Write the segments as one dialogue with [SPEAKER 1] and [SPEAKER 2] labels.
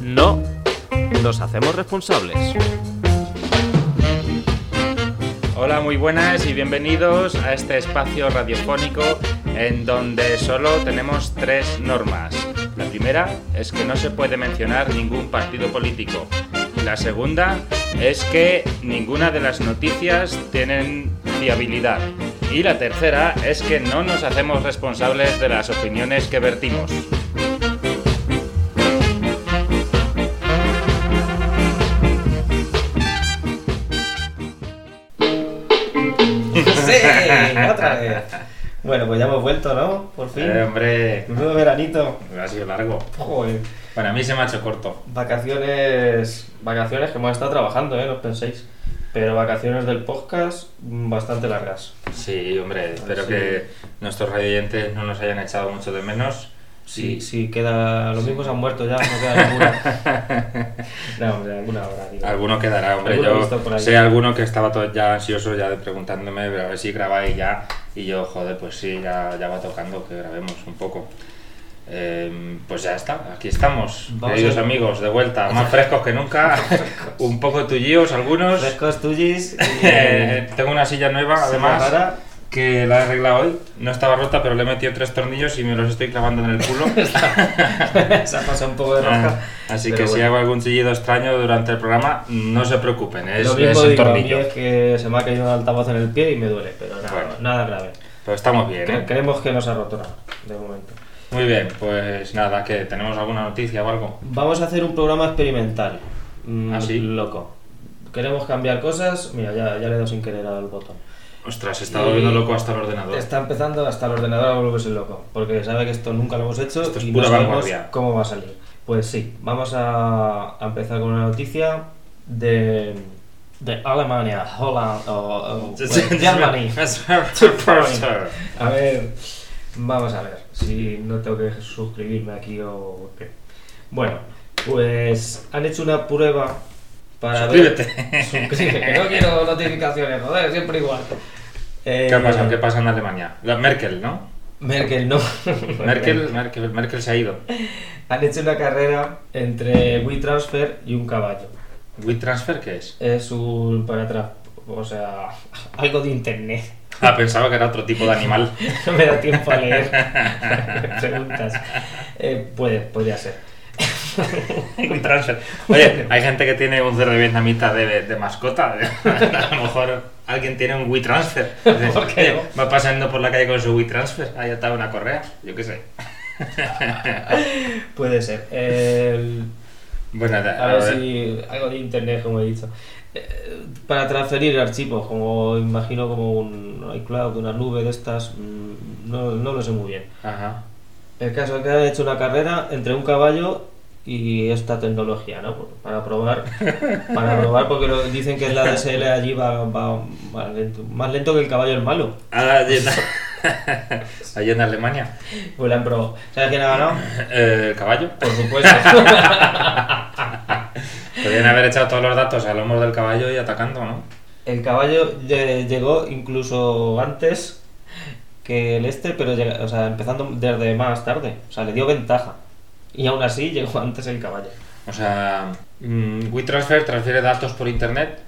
[SPEAKER 1] No nos hacemos responsables.
[SPEAKER 2] Hola, muy buenas y bienvenidos a este espacio radiofónico en donde solo tenemos tres normas. La primera es que no se puede mencionar ningún partido político. La segunda es que ninguna de las noticias tienen fiabilidad. Y la tercera es que no nos hacemos responsables de las opiniones que vertimos.
[SPEAKER 3] Sí, otra vez. Bueno, pues ya hemos vuelto, ¿no? Por fin.
[SPEAKER 2] Eh, hombre,
[SPEAKER 3] Menudo veranito.
[SPEAKER 2] ha sido largo.
[SPEAKER 3] Joder.
[SPEAKER 2] Para mí se me ha hecho corto.
[SPEAKER 3] Vacaciones. Vacaciones que hemos estado trabajando, ¿eh? No os penséis. Pero vacaciones del podcast mm, bastante largas.
[SPEAKER 2] Sí, hombre, espero
[SPEAKER 3] Ah, sí.
[SPEAKER 2] que nuestros radioyentes no nos hayan echado mucho de menos.
[SPEAKER 3] Sí, sí, queda. Los mismos han muerto ya, no queda ninguna. no, hombre, alguna hora, digo.
[SPEAKER 2] Alguno quedará, hombre.
[SPEAKER 3] Alguno he visto por
[SPEAKER 2] yo
[SPEAKER 3] ahí.
[SPEAKER 2] sé alguno que estaba todo ya ansioso, ya de preguntándome, pero a ver si grabáis ya. Y yo, joder, pues sí, ya, ya va tocando que grabemos un poco. Eh, pues ya está, aquí estamos,
[SPEAKER 3] Vamos
[SPEAKER 2] queridos
[SPEAKER 3] a-
[SPEAKER 2] amigos, de vuelta, más frescos que nunca, un poco tullíos algunos.
[SPEAKER 3] Frescos tuyis. y-
[SPEAKER 2] Eh, tengo una silla nueva,
[SPEAKER 3] Silla
[SPEAKER 2] además,
[SPEAKER 3] rara.
[SPEAKER 2] que la he arreglado hoy. No estaba rota, pero le he metido tres tornillos y me los estoy clavando en el culo.
[SPEAKER 3] Se ha pasado un poco de
[SPEAKER 2] Ah,
[SPEAKER 3] rosca.
[SPEAKER 2] Así
[SPEAKER 3] Pero
[SPEAKER 2] que si
[SPEAKER 3] bueno.
[SPEAKER 2] hago algún chillido extraño durante el programa, no se preocupen, ¿eh? es,
[SPEAKER 3] Lo
[SPEAKER 2] es
[SPEAKER 3] mismo
[SPEAKER 2] el
[SPEAKER 3] digo, a mí
[SPEAKER 2] tornillo.
[SPEAKER 3] es que se me ha caído el altavoz en el pie y me duele, pero nada,
[SPEAKER 2] Bueno.
[SPEAKER 3] nada grave.
[SPEAKER 2] Pero estamos bien,
[SPEAKER 3] Cre-
[SPEAKER 2] ¿eh?
[SPEAKER 3] creemos que no se ha roto nada, de momento.
[SPEAKER 2] Muy bien, pues nada, que tenemos alguna noticia o algo.
[SPEAKER 3] Vamos a hacer un programa experimental. Mm,
[SPEAKER 2] ¿Ah, sí?
[SPEAKER 3] Loco. Queremos cambiar cosas. Mira, ya, ya le he dado sin querer al botón.
[SPEAKER 2] Ostras, he estado
[SPEAKER 3] Y-
[SPEAKER 2] viendo loco hasta el ordenador.
[SPEAKER 3] Está empezando hasta el ordenador a volverse loco, porque sabe que esto nunca lo hemos hecho
[SPEAKER 2] Esto es
[SPEAKER 3] y
[SPEAKER 2] pura
[SPEAKER 3] no sabemos
[SPEAKER 2] vanguardia.
[SPEAKER 3] cómo va a salir. Pues sí, vamos a, a empezar con una noticia de, de Alemania, Holland, o, o- bueno, Germany. A ver, vamos a ver si no tengo que suscribirme aquí o qué. Bueno, pues han hecho una prueba para ver-
[SPEAKER 2] Suscríbete.
[SPEAKER 3] Suscríbete, que no quiero notificaciones, joder, siempre igual. Eh,
[SPEAKER 2] ¿Qué ha pasado? ¿Qué pasa en Alemania? La Merkel, ¿no?
[SPEAKER 3] Merkel no.
[SPEAKER 2] Merkel, Merkel, Merkel se ha ido.
[SPEAKER 3] Han hecho una carrera entre WeTransfer y un caballo.
[SPEAKER 2] ¿WeTransfer qué es?
[SPEAKER 3] Es un para atrás, o sea, algo de internet.
[SPEAKER 2] Ah, pensaba que era otro tipo de animal.
[SPEAKER 3] No me da tiempo a leer preguntas. Eh, puede, podría ser.
[SPEAKER 2] Un transfer. Oye, hay gente que tiene un cerdo vietnamita de, de mascota. A lo mejor alguien tiene un WeTransfer. Dices,
[SPEAKER 3] ¿Por qué no?
[SPEAKER 2] "Oye, Va pasando por la calle con su WeTransfer. Ahí atado una correa. Yo qué sé.
[SPEAKER 3] Puede ser. El-
[SPEAKER 2] Bueno,
[SPEAKER 3] a, ver, si algo de internet, como he dicho. Eh, Para transferir archivos, como imagino como un iCloud, una nube de estas, mm, no, no lo sé muy bien.
[SPEAKER 2] Ajá.
[SPEAKER 3] El caso es que han hecho una carrera entre un caballo y esta tecnología, ¿no? Por- Para probar, para probar, porque lo- dicen que el ADSL allí va, va más, lento, más lento que el caballo el malo.
[SPEAKER 2] Ah, allí en, allí en Alemania.
[SPEAKER 3] Pues la han probado. ¿Sabes quién ha ganado?
[SPEAKER 2] Eh, el caballo.
[SPEAKER 3] Por supuesto.
[SPEAKER 2] Podrían haber echado todos los datos al lomo del caballo y atacando, ¿no?
[SPEAKER 3] El caballo lle- llegó incluso antes que el este, pero llega- o sea, empezando desde más tarde. O sea, le dio ventaja. Y aún así llegó antes el caballo.
[SPEAKER 2] O sea, mm, WeTransfer transfiere datos por internet.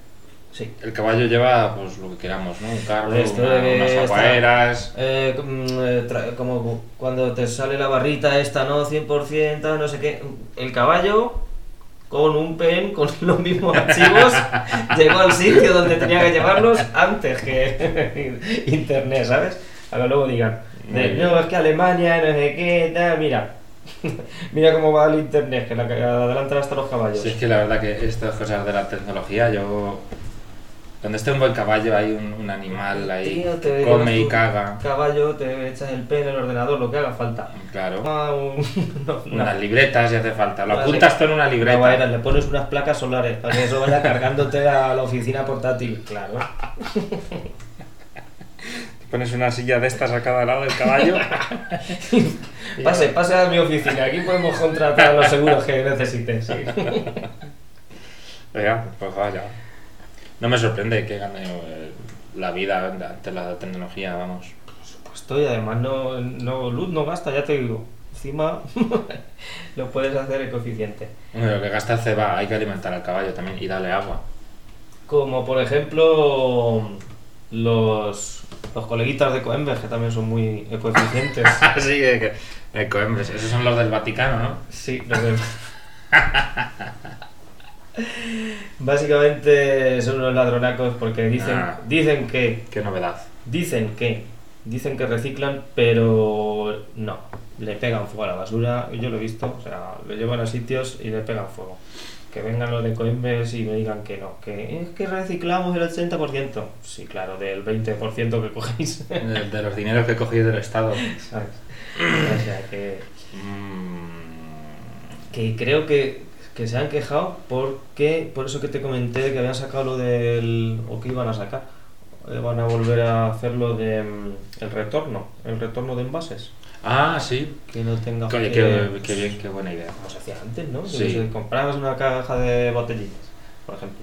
[SPEAKER 3] Sí.
[SPEAKER 2] El caballo lleva pues lo que queramos, ¿no? Un carro,
[SPEAKER 3] Esto
[SPEAKER 2] una-
[SPEAKER 3] de que
[SPEAKER 2] unas
[SPEAKER 3] está-
[SPEAKER 2] aguaeras.
[SPEAKER 3] Eh, com- eh, tra- como cuando te sale la barrita esta, ¿no? 100%, tal, no sé qué. El caballo con un pen, con los mismos archivos, llegó al sitio donde tenía que llevarlos antes que internet, ¿sabes? A que luego digan,
[SPEAKER 2] Muy
[SPEAKER 3] de,
[SPEAKER 2] bien.
[SPEAKER 3] no, es que Alemania, no sé qué, tal, mira. Mira cómo va el internet, que la que adelantan hasta los caballos.
[SPEAKER 2] Si es que la verdad que estas cosas de la tecnología, yo... Donde esté un buen caballo hay un, un animal ahí
[SPEAKER 3] Tío, te
[SPEAKER 2] que
[SPEAKER 3] llevas
[SPEAKER 2] come y
[SPEAKER 3] tu
[SPEAKER 2] caga.
[SPEAKER 3] Caballo, te echas el pen, el ordenador, lo que haga falta.
[SPEAKER 2] Claro.
[SPEAKER 3] Ah, un- no, no.
[SPEAKER 2] Unas libretas si hace falta. Lo
[SPEAKER 3] Vale.
[SPEAKER 2] apuntas todo en una
[SPEAKER 3] Una guaira,
[SPEAKER 2] libreta.
[SPEAKER 3] le pones unas placas solares para que eso vaya cargándote a la oficina portátil. Claro.
[SPEAKER 2] Pones una silla de estas a cada lado del caballo.
[SPEAKER 3] Pase, pase a mi oficina. Aquí podemos contratar los seguros que necesites. sí. Pues
[SPEAKER 2] Venga, pues vaya. No me sorprende que gane eh, la vida ante la tecnología, vamos.
[SPEAKER 3] Pues estoy, además, no, no, luz no gasta, ya te digo. encima lo puedes hacer el coeficiente.
[SPEAKER 2] Bueno, lo que gasta ceba, hay que alimentar al caballo también y darle agua.
[SPEAKER 3] Como por ejemplo los, los coleguitas de Coembes, que también son muy coeficientes.
[SPEAKER 2] Así de que. De Coembes, esos son los del Vaticano, ¿no?
[SPEAKER 3] Sí, los del. Básicamente son unos ladronacos porque dicen,
[SPEAKER 2] Ah.
[SPEAKER 3] dicen que.
[SPEAKER 2] Qué novedad.
[SPEAKER 3] Dicen que. Dicen que reciclan, pero no. Le pegan fuego a la basura, yo lo he visto, o sea, lo llevan a sitios y le pegan fuego. Que vengan los de Coembes y me digan que no, que es que reciclamos el 80%. Sí, claro, del 20% que cogéis.
[SPEAKER 2] De, de los dineros que cogí del Estado.
[SPEAKER 3] ¿sabes? O sea, que,
[SPEAKER 2] Mm,
[SPEAKER 3] que creo que, que se han quejado porque, por eso que te comenté que habían sacado lo del, o que iban a sacar, Eh, van a volver a hacer lo de mm, el retorno, el retorno de envases,
[SPEAKER 2] Ah, sí.
[SPEAKER 3] que no tenga...
[SPEAKER 2] Oye,
[SPEAKER 3] eh,
[SPEAKER 2] qué, qué bien, qué buena idea.
[SPEAKER 3] como se hacía antes, ¿no? Que
[SPEAKER 2] Sí.
[SPEAKER 3] se comprabas una caja de botellitas, por ejemplo.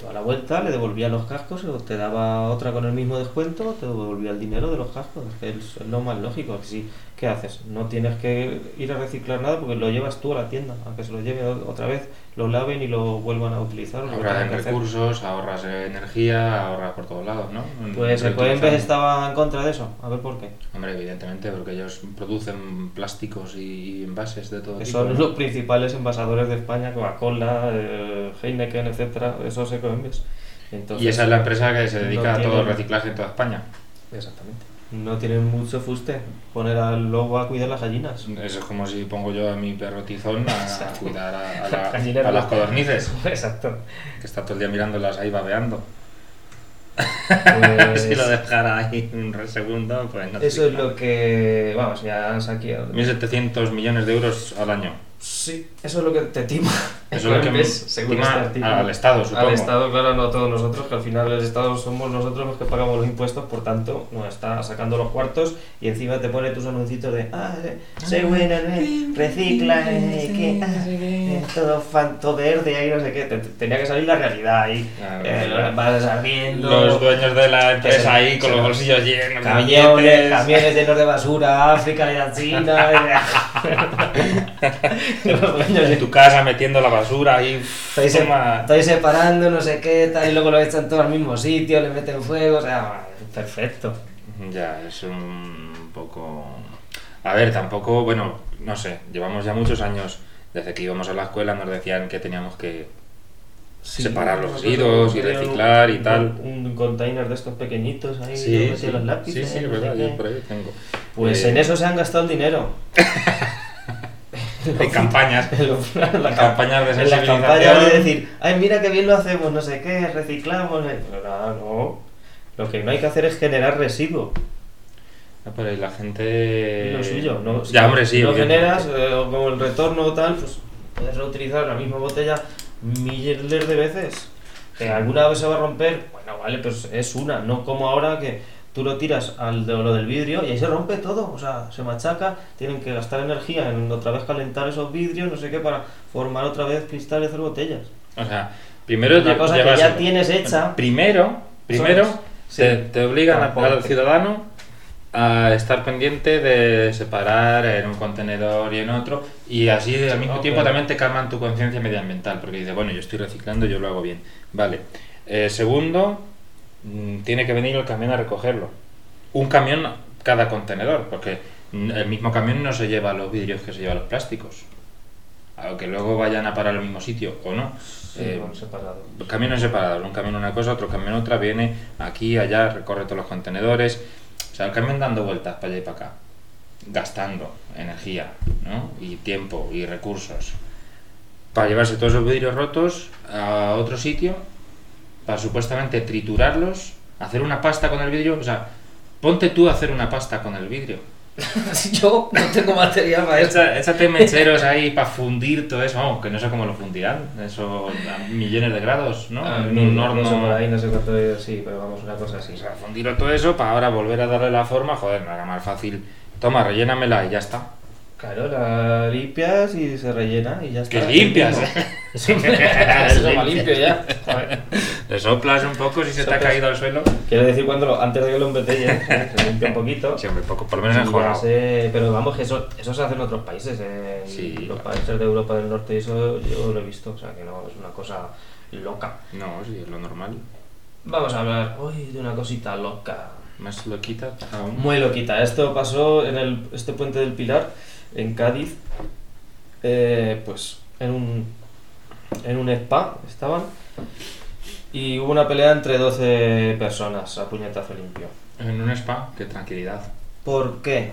[SPEAKER 3] Toda la vuelta le devolvía los cascos, o te daba otra con el mismo descuento, te devolvía el dinero de los cascos. Es que es lo más lógico. que sí, ¿Qué haces? No tienes que ir a reciclar nada porque lo llevas tú a la tienda, a que se lo lleve o- otra vez, lo laven y lo vuelvan a utilizar. o lo que
[SPEAKER 2] Ahorras
[SPEAKER 3] tengan
[SPEAKER 2] en
[SPEAKER 3] que hacer.
[SPEAKER 2] recursos, ahorras en energía, ahorras por todos lados, ¿no?
[SPEAKER 3] Pues el
[SPEAKER 2] Reutilizando.
[SPEAKER 3] Coenves estaba en contra de eso, a ver por qué.
[SPEAKER 2] Hombre, evidentemente, porque ellos producen plásticos y, y envases de todo
[SPEAKER 3] Que
[SPEAKER 2] tipo.
[SPEAKER 3] son
[SPEAKER 2] ¿no?
[SPEAKER 3] los principales envasadores de España, Coca-Cola, eh, Heineken, etcétera, esos Ecoembes.
[SPEAKER 2] Y esa es la empresa que se dedica a
[SPEAKER 3] no
[SPEAKER 2] todo el
[SPEAKER 3] tienen-
[SPEAKER 2] reciclaje en toda España.
[SPEAKER 3] Exactamente. No tienen mucho fuste. Poner al lobo a cuidar las gallinas.
[SPEAKER 2] Eso es como si pongo yo a mi perro tizón a, a cuidar a, a la-
[SPEAKER 3] Gallinero.
[SPEAKER 2] a las codornices,
[SPEAKER 3] Exacto.
[SPEAKER 2] que está todo el día mirándolas ahí babeando.
[SPEAKER 3] Pues-
[SPEAKER 2] si lo dejara ahí un re- segundo, pues no te
[SPEAKER 3] Eso es
[SPEAKER 2] digo
[SPEAKER 3] lo que. Vamos, ya han saqueado.
[SPEAKER 2] nada. 1.700 millones de euros al año.
[SPEAKER 3] Sí, eso es lo que te tima.
[SPEAKER 2] Eso es lo que me
[SPEAKER 3] Ves, según
[SPEAKER 2] estima
[SPEAKER 3] este artículo.
[SPEAKER 2] al Estado, supongo.
[SPEAKER 3] Al Estado, claro, no a todos nosotros, que al final el Estado somos nosotros los que pagamos los impuestos, por tanto, nos está sacando los cuartos y encima te pone tus anuncios de, ah, eh, soy bueno, eh, recicla, eh, que, ah, eh, todo, fan, todo verde, ahí no sé qué, Te- te- tenía que salir la realidad ahí,
[SPEAKER 2] Claro,
[SPEAKER 3] eh,
[SPEAKER 2] claro.
[SPEAKER 3] vas ardiendo,
[SPEAKER 2] Los dueños de la
[SPEAKER 3] se-
[SPEAKER 2] empresa ahí con
[SPEAKER 3] se-
[SPEAKER 2] los bolsillos llenos de
[SPEAKER 3] camiones,
[SPEAKER 2] billetes.
[SPEAKER 3] camiones llenos de basura, África, y a China, y- los dueños
[SPEAKER 2] En
[SPEAKER 3] de-
[SPEAKER 2] tu casa metiendo la basura ahí.
[SPEAKER 3] Estáis, se-
[SPEAKER 2] toma.
[SPEAKER 3] estáis separando, no sé qué, tal, y luego lo echan todo al mismo sitio, le meten fuego, o sea, perfecto.
[SPEAKER 2] Ya, es un poco. A ver, tampoco, bueno, no sé, llevamos ya muchos años. Desde que íbamos a la escuela nos decían que teníamos que. Separar los residuos y reciclar y tal.
[SPEAKER 3] Un, un container de estos pequeñitos ahí, donde
[SPEAKER 2] sí,
[SPEAKER 3] meten los lápices.
[SPEAKER 2] sí, sí,
[SPEAKER 3] no
[SPEAKER 2] es verdad,
[SPEAKER 3] sé
[SPEAKER 2] yo
[SPEAKER 3] qué.
[SPEAKER 2] por ahí tengo.
[SPEAKER 3] Pues
[SPEAKER 2] Eh,
[SPEAKER 3] en eso se han gastado el dinero.
[SPEAKER 2] Hay campañas.
[SPEAKER 3] En los- en la
[SPEAKER 2] En
[SPEAKER 3] cam-
[SPEAKER 2] campañas de
[SPEAKER 3] en las
[SPEAKER 2] sensibilización.
[SPEAKER 3] campañas de decir, ay, mira qué bien lo hacemos, no sé qué, reciclamos. eh". Pero nada, no. Lo que no hay que hacer es generar residuo.
[SPEAKER 2] Ah, Pero y la gente.
[SPEAKER 3] lo suyo, ¿no? Si
[SPEAKER 2] Eh, Ya, hombre, sí.
[SPEAKER 3] Lo
[SPEAKER 2] evidente.
[SPEAKER 3] generas, eh, o como el retorno o tal, pues puedes reutilizar la misma botella miles de veces. Que alguna vez se va a romper, bueno, vale, pues es una, no como ahora que tú lo tiras al de lo del vidrio y ahí se rompe todo, o sea, se machaca, tienen que gastar energía en otra vez calentar esos vidrios, no sé qué, para formar otra vez cristales de botellas.
[SPEAKER 2] O sea, primero
[SPEAKER 3] Una
[SPEAKER 2] lle-
[SPEAKER 3] cosa que
[SPEAKER 2] llevas-
[SPEAKER 3] ya tienes hecha.
[SPEAKER 2] Primero, primero
[SPEAKER 3] Son- sí.
[SPEAKER 2] te, te obligan a-
[SPEAKER 3] Tampoco.
[SPEAKER 2] al ciudadano a estar pendiente de separar en un contenedor y en otro y así al mismo
[SPEAKER 3] No,
[SPEAKER 2] tiempo
[SPEAKER 3] pero-
[SPEAKER 2] también te calman tu conciencia medioambiental porque dices, bueno, yo estoy reciclando, yo lo hago bien. Vale. Eh, segundo, mm, tiene que venir el camión a recogerlo. Un camión cada contenedor, porque mm, el mismo camión no se lleva los vidrios que se lleva los plásticos. Aunque luego vayan a parar al mismo sitio o no. Eh,
[SPEAKER 3] por separado.
[SPEAKER 2] camiones separados, un camión una cosa, otro camión otra, viene aquí, allá, recorre todos los contenedores. O sea, el camión dando vueltas para allá y para acá, gastando energía, ¿no? Y tiempo y recursos. Para llevarse todos los vidrios rotos a otro sitio, para supuestamente triturarlos, hacer una pasta con el vidrio. O sea, ponte tú a hacer una pasta con el vidrio.
[SPEAKER 3] Yo no tengo material para eso.
[SPEAKER 2] Echa- Échate mecheros ahí para fundir todo eso, vamos, que no sé cómo lo fundirán, eso a millones de grados, ¿no?
[SPEAKER 3] Ah,
[SPEAKER 2] en un
[SPEAKER 3] no
[SPEAKER 2] horno.
[SPEAKER 3] sé por ahí, no sé cuánto es, sí, pero vamos, una cosa así.
[SPEAKER 2] O sea, fundirlo todo eso para ahora volver a darle la forma, joder, no era más fácil. Toma, rellénamela y ya está.
[SPEAKER 3] Claro, la limpias y se rellena y ya está.
[SPEAKER 2] ¡Que limpias!
[SPEAKER 3] Eso me limpio ya.
[SPEAKER 2] Joder. Le soplas un poco si se te ha
[SPEAKER 3] Soplas.
[SPEAKER 2] caído al suelo.
[SPEAKER 3] Quiero decir, cuando lo- antes de que lo embotelles, se limpia un poquito.
[SPEAKER 2] Sí, muy poco, por lo
[SPEAKER 3] Y
[SPEAKER 2] menos
[SPEAKER 3] ya
[SPEAKER 2] mejorado.
[SPEAKER 3] se- pero vamos, que eso, eso se hace en otros países. En
[SPEAKER 2] Sí,
[SPEAKER 3] los
[SPEAKER 2] claro.
[SPEAKER 3] países de Europa del Norte, y eso yo lo he visto. O sea, que no es una cosa loca.
[SPEAKER 2] No, sí, es lo normal.
[SPEAKER 3] Vamos a hablar hoy de una cosita loca.
[SPEAKER 2] Más lo quita aún.
[SPEAKER 3] Muy loquita. Esto pasó en el, este puente del Pilar, en Cádiz. Eh, pues en un, en un spa estaban. Y hubo una pelea entre 12 personas a puñetazo limpio.
[SPEAKER 2] En un spa, qué tranquilidad.
[SPEAKER 3] ¿Por qué?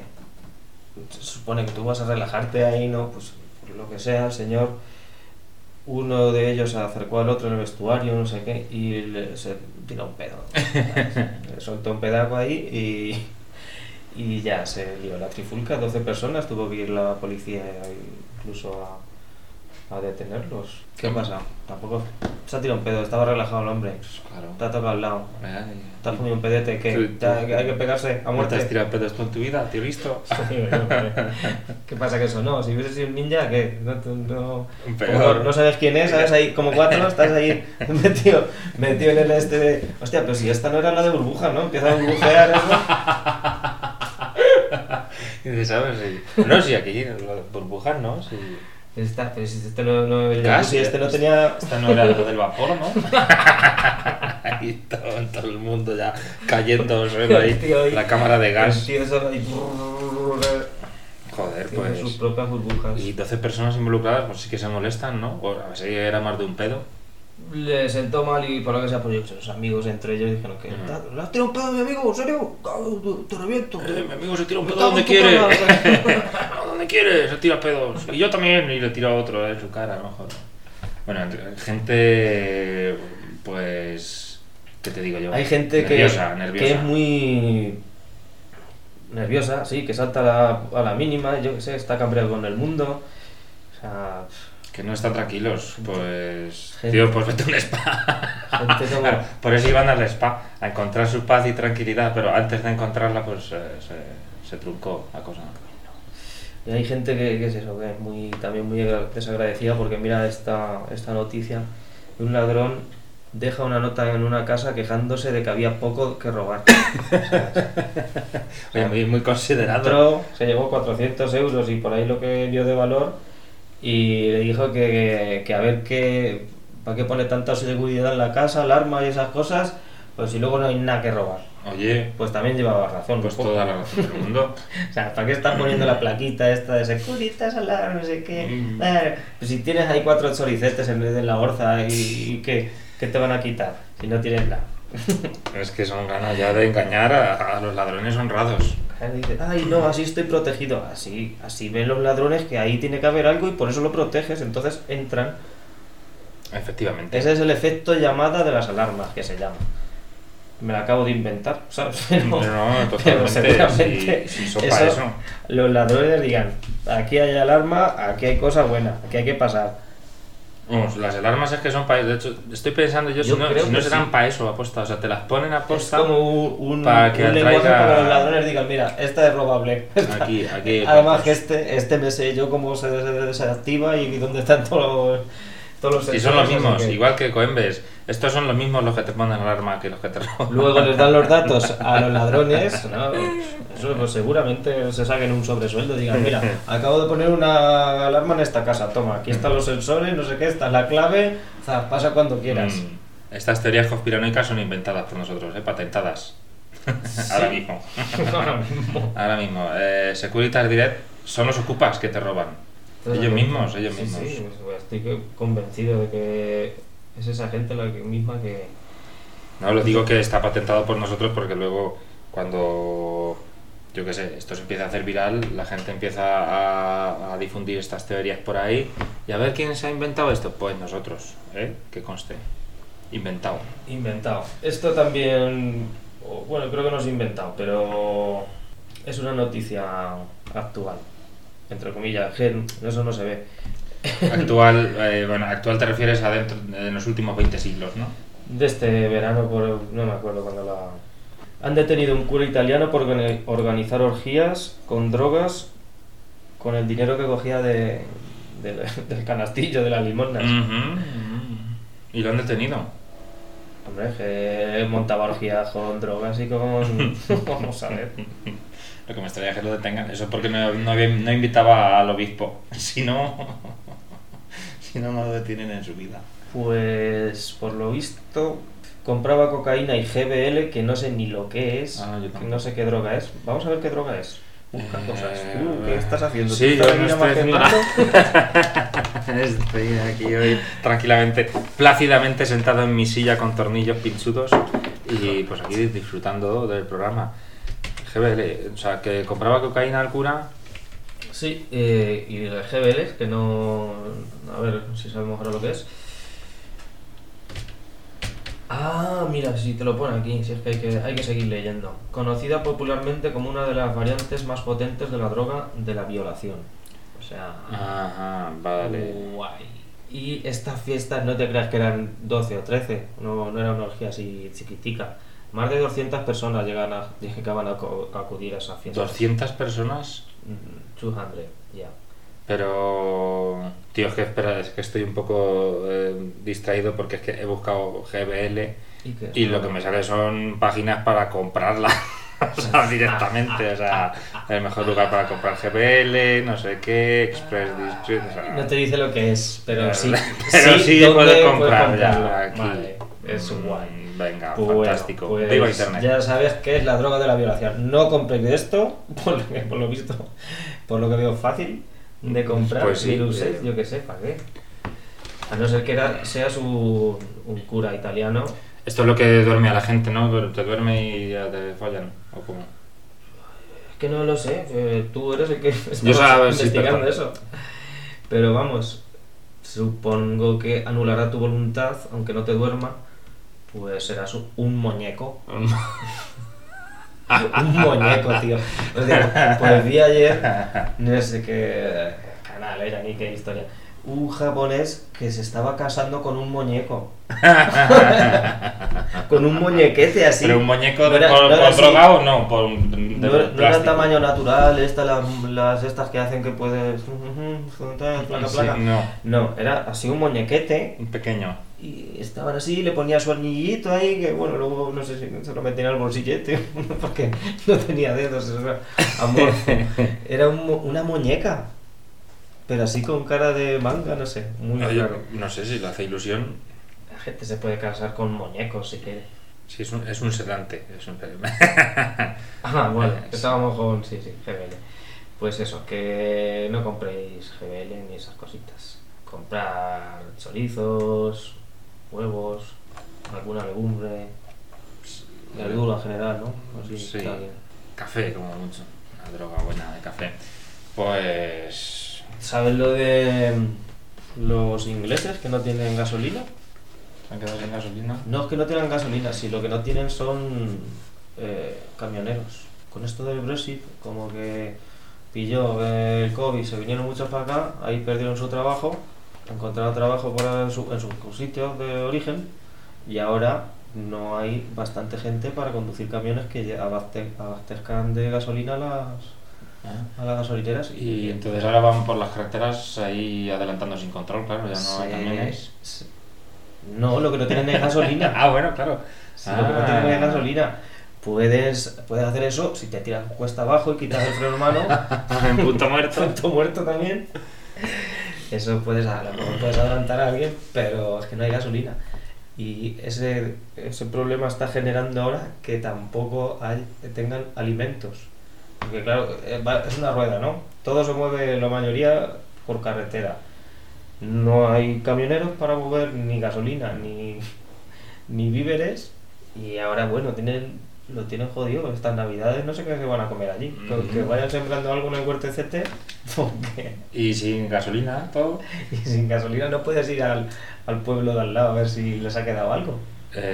[SPEAKER 3] Se supone que tú vas a relajarte ahí, ¿no? Pues por lo que sea, el señor. Uno de ellos se acercó al otro en el vestuario, no sé qué, y le- se tiró un pedo. le soltó un pedaco ahí y, y ya se lió la trifulca. 12 personas, tuvo que ir la policía incluso a, a detenerlos. ¿Qué
[SPEAKER 2] ¿Qué?
[SPEAKER 3] pasa? Tampoco se ha tirado un pedo, estaba relajado el hombre.
[SPEAKER 2] Claro.
[SPEAKER 3] Te ha tocado al lado.
[SPEAKER 2] Ay.
[SPEAKER 3] Te has comido un pedete,
[SPEAKER 2] Tú-
[SPEAKER 3] Pues que
[SPEAKER 2] tú-
[SPEAKER 3] hay que pegarse
[SPEAKER 2] ¿No
[SPEAKER 3] a
[SPEAKER 2] te has
[SPEAKER 3] muerte.
[SPEAKER 2] tirado pedos tú en tu vida? ¿Te he visto?
[SPEAKER 3] ¿Qué pasa que eso no? Si hubiese sido un ninja, ¿qué? No, tú- no,
[SPEAKER 2] Un
[SPEAKER 3] como no sabes quién es, sabes ahí como cuatro, estás ahí metido, metido en el este de... Hostia, pero si esta no era la de burbuja, ¿no? Empieza a burbujear eso.
[SPEAKER 2] Y dices, ¿sabes? Sí. No, sí, aquí las burbujas, ¿no? Sí.
[SPEAKER 3] Esta, pero si este no, no, el
[SPEAKER 2] Gas,
[SPEAKER 3] jacuzzi este no tenía...
[SPEAKER 2] Esta Ah, no era lo del vapor, ¿no? y todo, todo el mundo ya cayendo al suelo ahí.
[SPEAKER 3] El tío ahí.
[SPEAKER 2] La cámara de
[SPEAKER 3] El
[SPEAKER 2] gas.
[SPEAKER 3] tío solo ahí... brrrr,
[SPEAKER 2] Joder,
[SPEAKER 3] Tiene sus
[SPEAKER 2] pues.
[SPEAKER 3] propias burbujas.
[SPEAKER 2] Y 12 personas involucradas, pues sí que se molestan, ¿no? O a ver si era más de un pedo.
[SPEAKER 3] Le sentó mal y por lo que sea, pues yo, que sé, sus amigos entre ellos dijeron que...
[SPEAKER 2] Ajá.
[SPEAKER 3] "Ta- ¿Le has tirado un pedo a mi amigo? ¿En serio? Cago, Te, te reviento. te-
[SPEAKER 2] Eh, mi amigo se tira un pedo
[SPEAKER 3] Estaba
[SPEAKER 2] donde
[SPEAKER 3] en tu
[SPEAKER 2] quiere.
[SPEAKER 3] cara.
[SPEAKER 2] No, donde quiere, se tira pedos. Y yo también, y le tiro a otro ¿eh? en su cara, a lo mejor. Bueno, entre- gente. Pues. ¿Qué te digo yo?
[SPEAKER 3] Hay gente que,
[SPEAKER 2] nerviosa,
[SPEAKER 3] que
[SPEAKER 2] nerviosa.
[SPEAKER 3] es muy nerviosa, sí, que salta a la, a la mínima, yo que sé, está cambiado con el mundo. O sea,
[SPEAKER 2] Que no están tranquilos. Pues.
[SPEAKER 3] Gente-
[SPEAKER 2] Dios, pues vete a un spa.
[SPEAKER 3] gente como...
[SPEAKER 2] Claro, por eso iban al spa, a encontrar su paz y tranquilidad, pero antes de encontrarla, pues eh, se, se truncó la cosa.
[SPEAKER 3] Y hay gente que, que es eso, que es muy, también muy desagradecida porque mira esta, esta noticia de un ladrón deja una nota en una casa quejándose de que había poco que robar.
[SPEAKER 2] Oye, muy, muy considerado.
[SPEAKER 3] Entró, se llevó 400 euros y por ahí lo que vio de valor y le dijo que, que a ver qué, para qué pone tanta seguridad en la casa, alarma y esas cosas, pues si luego no hay nada que robar.
[SPEAKER 2] Oye,
[SPEAKER 3] Pues también llevaba razón.
[SPEAKER 2] pues toda la razón del mundo.
[SPEAKER 3] O sea, ¿para qué estás poniendo la plaquita esta de seguridad, alarma, no sé qué?
[SPEAKER 2] Mm.
[SPEAKER 3] Eh, pues si tienes ahí cuatro choricetes en vez de la orza y, y qué, ¿qué te van a quitar si no tienes nada.
[SPEAKER 2] Es que son ganas ya de engañar a, a los ladrones honrados.
[SPEAKER 3] Él dice, ay no, así estoy protegido. Así, así ven los ladrones que ahí tiene que haber algo y por eso lo proteges, entonces entran.
[SPEAKER 2] Efectivamente.
[SPEAKER 3] Ese es el efecto llamada de las alarmas que se llama. Me lo acabo de inventar, ¿sabes? Pero,
[SPEAKER 2] No, no,
[SPEAKER 3] pero
[SPEAKER 2] totalmente.
[SPEAKER 3] seguramente
[SPEAKER 2] Si, si son para
[SPEAKER 3] eso-
[SPEAKER 2] eso.
[SPEAKER 3] los ladrones digan, aquí hay alarma, aquí hay cosas buenas, aquí hay que pasar.
[SPEAKER 2] Vamos, las alarmas es que son para eso. De hecho, estoy pensando yo, si
[SPEAKER 3] Yo
[SPEAKER 2] no,
[SPEAKER 3] creo
[SPEAKER 2] si no
[SPEAKER 3] que
[SPEAKER 2] serán
[SPEAKER 3] sí.
[SPEAKER 2] para eso aposta. O sea, te las ponen
[SPEAKER 3] Es
[SPEAKER 2] aposta.
[SPEAKER 3] como un, un-
[SPEAKER 2] Para que
[SPEAKER 3] un lenguaje
[SPEAKER 2] atraiga-
[SPEAKER 3] para que los ladrones digan, mira, esta es robable.
[SPEAKER 2] Aquí, aquí.
[SPEAKER 3] Además
[SPEAKER 2] pues.
[SPEAKER 3] que este, este me sé yo cómo se desactiva y dónde están todos los, todos los
[SPEAKER 2] Y son los
[SPEAKER 3] sensores,
[SPEAKER 2] mismos,
[SPEAKER 3] así que-
[SPEAKER 2] igual que Coembes. Estos son los mismos los que te ponen alarma que los que te roban.
[SPEAKER 3] Luego les dan los datos a los ladrones, ¿no? Eso, pues, seguramente se saquen un sobresueldo y digan, mira, acabo de poner una alarma en esta casa, toma, aquí están los sensores, no sé qué, esta es la clave, zas, pasa cuando quieras.
[SPEAKER 2] Mm, Estas teorías conspiranoicas son inventadas por nosotros, ¿eh? patentadas. Ahora mismo.
[SPEAKER 3] Ahora mismo.
[SPEAKER 2] Ahora mismo. Eh, Securitas Direct son los ocupas que te roban. Ellos mismos, ellos
[SPEAKER 3] Sí,
[SPEAKER 2] mismos.
[SPEAKER 3] sí, pues, estoy que- convencido de que es esa gente la que misma que...
[SPEAKER 2] No lo digo que está patentado por nosotros porque luego cuando, yo qué sé, esto se empieza a hacer viral, la gente empieza a, a difundir estas teorías por ahí y a ver quién se ha inventado esto. Pues nosotros, ¿eh? que conste. Inventado.
[SPEAKER 3] Inventado. Esto también, o, bueno, creo que no es inventado, pero es una noticia actual. Entre comillas, gen, eso no se ve.
[SPEAKER 2] Actual, eh, bueno, actual te refieres a dentro, en los últimos 20 siglos, ¿no?
[SPEAKER 3] De este verano, por, no me acuerdo cuando la... Han detenido un cura italiano por organi- organizar orgías con drogas con el dinero que cogía de, del, del canastillo, de las limosnas.
[SPEAKER 2] Ujú, ujú. ¿Y lo han detenido?
[SPEAKER 3] Hombre, es que montaba orgías con drogas y con... Vamos a ver.
[SPEAKER 2] Lo que me extraña es que lo detengan. Eso es porque no, no había- no invitaba al obispo. Si no, si no, no lo detienen en su vida.
[SPEAKER 3] Pues por lo visto compraba cocaína y GBL que no sé ni lo que es,
[SPEAKER 2] Ah, yo tampoco.
[SPEAKER 3] no sé qué droga es. Vamos a ver qué droga es. Busca
[SPEAKER 2] Eh,
[SPEAKER 3] cosas. Uh, ¿Qué estás haciendo?
[SPEAKER 2] Sí, yo
[SPEAKER 3] ¿Tú estás
[SPEAKER 2] no
[SPEAKER 3] ahí
[SPEAKER 2] estoy
[SPEAKER 3] más que
[SPEAKER 2] haciendo
[SPEAKER 3] mirando?
[SPEAKER 2] nada. Estoy aquí hoy tranquilamente, plácidamente sentado en mi silla con tornillos pinchudos y pues aquí disfrutando del programa. GBL, o sea, que compraba cocaína al cura.
[SPEAKER 3] Sí, eh, y las GBL que no, a ver si sabemos ahora lo que es. Ah, mira, si te lo pone aquí, si es que hay, que hay que seguir leyendo. Conocida popularmente como una de las variantes más potentes de la droga de la violación. O sea,
[SPEAKER 2] Ah, Ajá, vale.
[SPEAKER 3] Guay. Y estas fiestas, no te creas que eran 12 o 13, no, no era una orgía así chiquitica. Más de 200 personas llegan a, llegaban a, acu- a acudir a esas fiestas.
[SPEAKER 2] 200 personas,
[SPEAKER 3] Mm, 200, ya.
[SPEAKER 2] pero. Tío, es que espera, es que estoy un poco eh, distraído porque es que he buscado GBL
[SPEAKER 3] ¿Y qué?
[SPEAKER 2] y lo que me sale son páginas para comprarla. O sea, directamente, o sea, el mejor lugar para comprar GBL, no sé qué, Express District, o sea,
[SPEAKER 3] No te dice lo que es, pero sí.
[SPEAKER 2] pero sí,
[SPEAKER 3] ¿dónde
[SPEAKER 2] puedo
[SPEAKER 3] puedes
[SPEAKER 2] comprar
[SPEAKER 3] comprarlo?
[SPEAKER 2] ya aquí.
[SPEAKER 3] Vale, es
[SPEAKER 2] Mm,
[SPEAKER 3] guay.
[SPEAKER 2] Venga,
[SPEAKER 3] Pues bueno,
[SPEAKER 2] fantástico.
[SPEAKER 3] pues
[SPEAKER 2] Viva Internet.
[SPEAKER 3] Ya sabes que es la droga de la violación. No compréis de esto, por lo, que- por lo visto, por lo que veo fácil de comprar
[SPEAKER 2] Pues sí,
[SPEAKER 3] virus,
[SPEAKER 2] eh.
[SPEAKER 3] yo que sé, ¿para qué? A no ser que era- seas un, un cura italiano.
[SPEAKER 2] Esto es lo que duerme a la gente, ¿no? Pero Te duerme y ya te fallan, ¿o cómo?
[SPEAKER 3] Es que no lo sé, eh, tú eres el que estás
[SPEAKER 2] sabe, sí,
[SPEAKER 3] investigando
[SPEAKER 2] perdón.
[SPEAKER 3] eso. Pero vamos, supongo que anulará tu voluntad, aunque no te duerma, pues serás un- un muñeco. un muñeco, tío. O sea, pues vi ayer, no sé qué canal era ni qué historia, un japonés que se estaba casando con un muñeco. con un muñequete así.
[SPEAKER 2] Pero un muñeco
[SPEAKER 3] No
[SPEAKER 2] de,
[SPEAKER 3] era-
[SPEAKER 2] por,
[SPEAKER 3] no era
[SPEAKER 2] por
[SPEAKER 3] así.
[SPEAKER 2] drogado, no, por de
[SPEAKER 3] No, no era
[SPEAKER 2] plástico.
[SPEAKER 3] tamaño natural, estas las, las estas que hacen que puedes... placa,
[SPEAKER 2] Ah, Sí,
[SPEAKER 3] placa.
[SPEAKER 2] no,
[SPEAKER 3] No, era así un muñequete
[SPEAKER 2] un pequeño.
[SPEAKER 3] y estaban así, le ponía su anillito ahí, que bueno, luego no sé si se lo metía en el bolsillete, porque no tenía dedos, era amorfo. Era un mu- una muñeca, pero así con cara de manga, no sé, muy
[SPEAKER 2] Oye,
[SPEAKER 3] raro.
[SPEAKER 2] no sé si le hace ilusión.
[SPEAKER 3] La gente se puede casar con muñecos si quiere.
[SPEAKER 2] Sí, es un, es un sedante. Es un...
[SPEAKER 3] Ah, bueno,
[SPEAKER 2] Eh, sí.
[SPEAKER 3] estábamos con, sí, sí, GBL. Pues eso, que no compréis GBL ni esas cositas. Comprar chorizos, huevos, alguna legumbre, verdura en general, ¿no? Así,
[SPEAKER 2] Sí.
[SPEAKER 3] está bien.
[SPEAKER 2] café, como mucho. Una droga buena de café. Pues.
[SPEAKER 3] ¿Sabes lo de los ingleses que no tienen gasolina?
[SPEAKER 2] ¿Se han quedado sin gasolina?
[SPEAKER 3] No es que no tengan gasolina, si lo que no tienen son eh, camioneros. Con esto del Brexit, como que pilló eh, el COVID, se vinieron muchos para acá, ahí perdieron su trabajo, encontraron trabajo por en, su- en sus sitios de origen y ahora no hay bastante gente para conducir camiones que lle- abaste- abastezcan de gasolina a las,
[SPEAKER 2] Ah.
[SPEAKER 3] a las gasolineras.
[SPEAKER 2] Y entonces ahora van por las carreteras ahí adelantando sin control, claro, pues ya no hay
[SPEAKER 3] Se-
[SPEAKER 2] camiones.
[SPEAKER 3] se- No, lo que no tienen es gasolina.
[SPEAKER 2] Ah, bueno, claro.
[SPEAKER 3] Si lo que no
[SPEAKER 2] Ah.
[SPEAKER 3] tienes es gasolina, puedes, puedes hacer eso si te tiras cuesta abajo y quitas el freno en mano,
[SPEAKER 2] Ah, en punto muerto.
[SPEAKER 3] tanto muerto también. Eso puedes, a lo mejor puedes adelantar a alguien, pero es que no hay gasolina. Y ese, ese problema está generando ahora que tampoco hay- tengan alimentos. Porque claro, eh, va- es una rueda, ¿no? Todo se mueve, la mayoría, por carretera. No hay camioneros para mover ni gasolina, ni, ni víveres. Y ahora, bueno, tienen, lo tienen jodido. Estas navidades no sé qué se van a comer allí. Con
[SPEAKER 2] Ujú.
[SPEAKER 3] Que vayan sembrando algo en el huertecete, porque
[SPEAKER 2] Y sin gasolina, todo.
[SPEAKER 3] y sin gasolina no puedes ir al, al pueblo de al lado a ver si les ha quedado algo.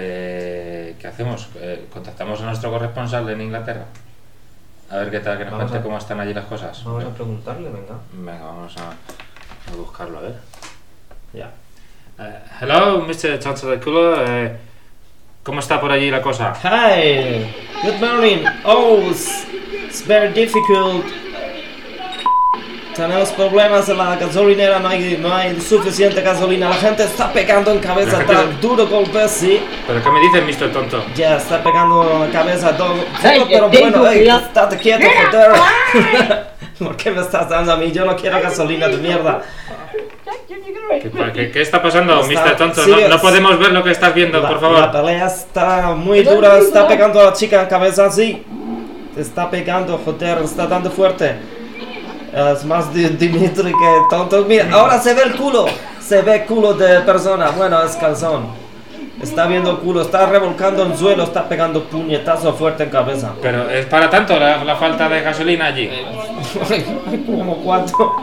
[SPEAKER 2] Eh, ¿Qué hacemos? Eh, ¿Contactamos a nuestro corresponsal en Inglaterra? A ver qué tal, que nos
[SPEAKER 3] Vamos
[SPEAKER 2] cuente
[SPEAKER 3] a-
[SPEAKER 2] cómo están allí las cosas.
[SPEAKER 3] preguntarle, venga.
[SPEAKER 2] Venga, vamos a, a buscarlo, a ver.
[SPEAKER 3] Ya.
[SPEAKER 2] Eh, hello, Mr. Chancellor Cooler. eh, ¿Cómo está por allí la cosa?
[SPEAKER 3] Hi, good morning. Oh, it's, it's very difficult Tenemos problemas en la gasolinera, no hay, no hay suficiente gasolina. La gente está pegando en cabeza, tan duro golpe, sí.
[SPEAKER 2] ¿Pero qué me dices, Mr. Tonto?
[SPEAKER 3] Ya está pegando en cabeza, todo.
[SPEAKER 4] Ay,
[SPEAKER 3] pero
[SPEAKER 4] tengo
[SPEAKER 3] bueno, ey,
[SPEAKER 4] miedo.
[SPEAKER 3] estate quieto, joder. ¿Por qué me estás dando a mí? Yo no quiero gasolina de mierda.
[SPEAKER 2] ¿Qué, pa- qué- qué está pasando,
[SPEAKER 3] Está-
[SPEAKER 2] Mr. Tonto?
[SPEAKER 3] sí,
[SPEAKER 2] no, no
[SPEAKER 3] es-
[SPEAKER 2] podemos ver lo que estás viendo,
[SPEAKER 3] La-
[SPEAKER 2] por
[SPEAKER 3] La
[SPEAKER 2] favor.
[SPEAKER 3] pelea está muy dura, está pegando a la chica en cabeza, sí. Está pegando, joder, está dando fuerte. Es más di- Dimitri que tonto. Mira, ahora se ve el culo. Se ve culo de persona. Bueno, es calzón. Está viendo culo, está revolcando el suelo, está pegando puñetazo fuerte en cabeza.
[SPEAKER 2] Pero es para tanto la, la falta de gasolina allí.
[SPEAKER 3] Como cuatro,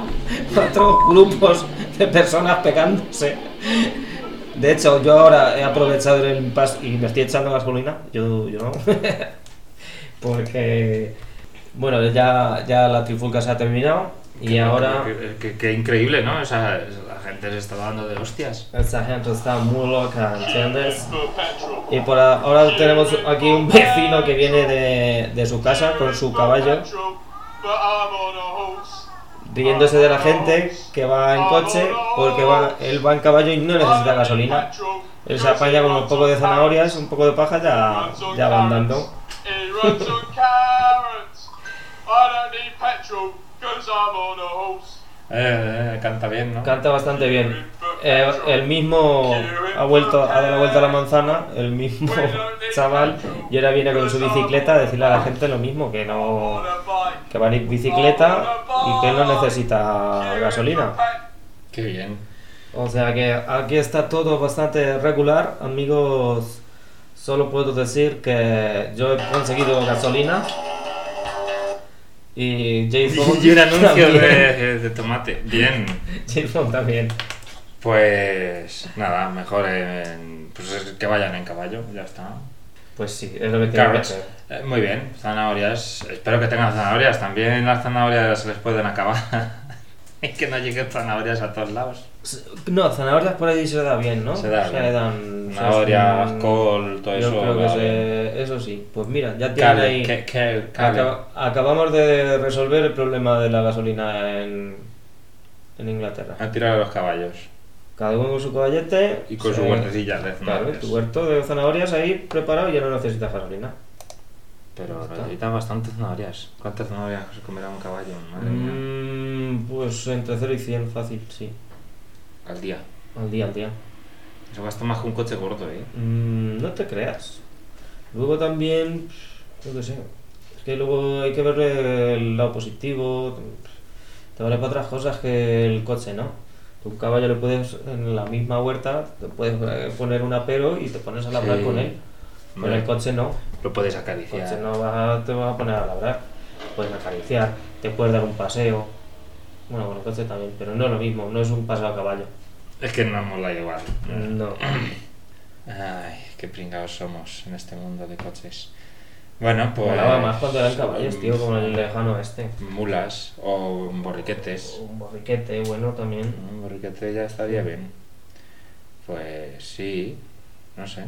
[SPEAKER 3] cuatro grupos de personas pegándose. De hecho, yo ahora he aprovechado el impasse y me estoy echando gasolina. Yo, yo no. Porque, bueno, ya, ya la trifulca se ha terminado y ahora
[SPEAKER 2] Qué, qué- qué increíble, ¿no? O sea, la gente se está dando de hostias.
[SPEAKER 3] esta gente está muy loca, ¿entiendes? Y por a- ahora tenemos aquí un vecino que viene de, de su casa con su caballo, riéndose de la gente que va en coche porque va, él va en caballo y no necesita gasolina. Él se apaña con un poco de zanahorias, un poco de paja, ya, ya va andando.
[SPEAKER 2] Eh, eh, canta bien, ¿no?
[SPEAKER 3] Canta bastante bien. Eh, el mismo ha vuelto ha dado la vuelta a la manzana, el mismo chaval, y ahora viene con su bicicleta a decirle a la gente lo mismo, que no que va en bicicleta y que él no necesita gasolina.
[SPEAKER 2] Qué bien.
[SPEAKER 3] O sea que aquí está todo bastante regular, amigos. Solo puedo decir que yo he conseguido gasolina y Jason
[SPEAKER 2] Y un anuncio
[SPEAKER 3] también.
[SPEAKER 2] de, de tomate. Bien.
[SPEAKER 3] Jason también.
[SPEAKER 2] Pues nada, mejor en- pues es que vayan en caballo, ya está.
[SPEAKER 3] Pues sí, es lo que tengo que
[SPEAKER 2] Carrots.
[SPEAKER 3] hacer.
[SPEAKER 2] Eh, muy bien, zanahorias. Espero que tengan zanahorias. También las zanahorias se les pueden acabar. y que no lleguen zanahorias a todos lados.
[SPEAKER 3] No, zanahorias por ahí se da bien, ¿no?
[SPEAKER 2] Se da bien.
[SPEAKER 3] le dan
[SPEAKER 2] Zanahorias,
[SPEAKER 3] se hacen-
[SPEAKER 2] col, todo
[SPEAKER 3] Yo
[SPEAKER 2] eso,
[SPEAKER 3] creo que
[SPEAKER 2] va
[SPEAKER 3] se-
[SPEAKER 2] bien.
[SPEAKER 3] eso sí. Pues mira, ya tienen
[SPEAKER 2] Cale,
[SPEAKER 3] ahí.
[SPEAKER 2] que- que- cale.
[SPEAKER 3] Acaba- acabamos de resolver el problema de la gasolina en, en Inglaterra.
[SPEAKER 2] A tirar a los caballos.
[SPEAKER 3] Cada uno con su caballete.
[SPEAKER 2] Y con
[SPEAKER 3] se-
[SPEAKER 2] su huertecilla de
[SPEAKER 3] Claro,
[SPEAKER 2] zanahorias.
[SPEAKER 3] tu huerto de zanahorias ahí preparado y ya no necesitas gasolina.
[SPEAKER 2] Pero
[SPEAKER 3] Está.
[SPEAKER 2] necesitan bastantes zanahorias. ¿Cuántas zanahorias se comerá un caballo? Madre mía.
[SPEAKER 3] Mm, pues entre 0 y 100, fácil, sí.
[SPEAKER 2] Al día.
[SPEAKER 3] Al día, al día.
[SPEAKER 2] Eso gasta más que un coche gordo, ¿eh?
[SPEAKER 3] Mm, no te creas. Luego también, yo qué sé, es que luego hay que verle el lado positivo. Te vale para otras cosas que el coche, ¿no? Tú un caballo le puedes, en la misma huerta, te puedes eh, poner un apero y te pones a labrar
[SPEAKER 2] Sí.
[SPEAKER 3] con él. Con
[SPEAKER 2] Hombre.
[SPEAKER 3] el coche no.
[SPEAKER 2] Lo puedes
[SPEAKER 3] El
[SPEAKER 2] acariciar.
[SPEAKER 3] coche no vas a- te vas a poner a labrar. Puedes acariciar, te puedes dar un paseo. Bueno, con el coche también, pero no es lo mismo, no es un paseo a caballo.
[SPEAKER 2] Es que no mola igual.
[SPEAKER 3] No.
[SPEAKER 2] Ay, qué pringados somos en este mundo de coches. Bueno, pues. mm,
[SPEAKER 3] Molaba más cuando eran caballos, tío, como el lejano este.
[SPEAKER 2] Mulas o borriquetes.
[SPEAKER 3] Un borriquete, bueno, también.
[SPEAKER 2] Un borriquete ya estaría bien. Pues sí, no sé.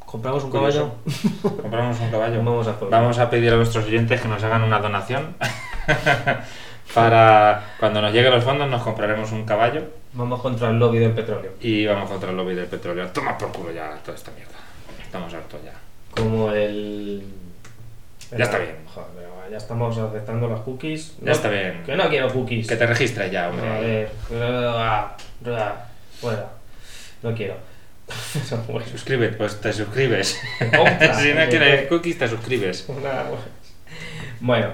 [SPEAKER 3] ¿Compramos un
[SPEAKER 2] Curioso.
[SPEAKER 3] caballo?
[SPEAKER 2] Compramos un caballo.
[SPEAKER 3] Vamos a por-
[SPEAKER 2] Vamos a pedir a nuestros oyentes que nos hagan una donación. Para cuando nos lleguen los fondos, nos compraremos un caballo
[SPEAKER 3] Vamos contra el lobby del petróleo.
[SPEAKER 2] y vamos contra el lobby del petróleo. Toma por culo ya toda esta mierda. Estamos hartos ya.
[SPEAKER 3] Como el.
[SPEAKER 2] Ya está bien.
[SPEAKER 3] Joder, ya estamos aceptando las cookies.
[SPEAKER 2] Ya está bien.
[SPEAKER 3] Que no quiero cookies.
[SPEAKER 2] Que te registres ya, hombre.
[SPEAKER 3] A ver. ah, ah, Fuera. No quiero. Eso, bueno.
[SPEAKER 2] Suscríbete, pues te suscribes.
[SPEAKER 3] Compra.
[SPEAKER 2] si no quieres cookies, te suscribes.
[SPEAKER 3] Una- Bueno,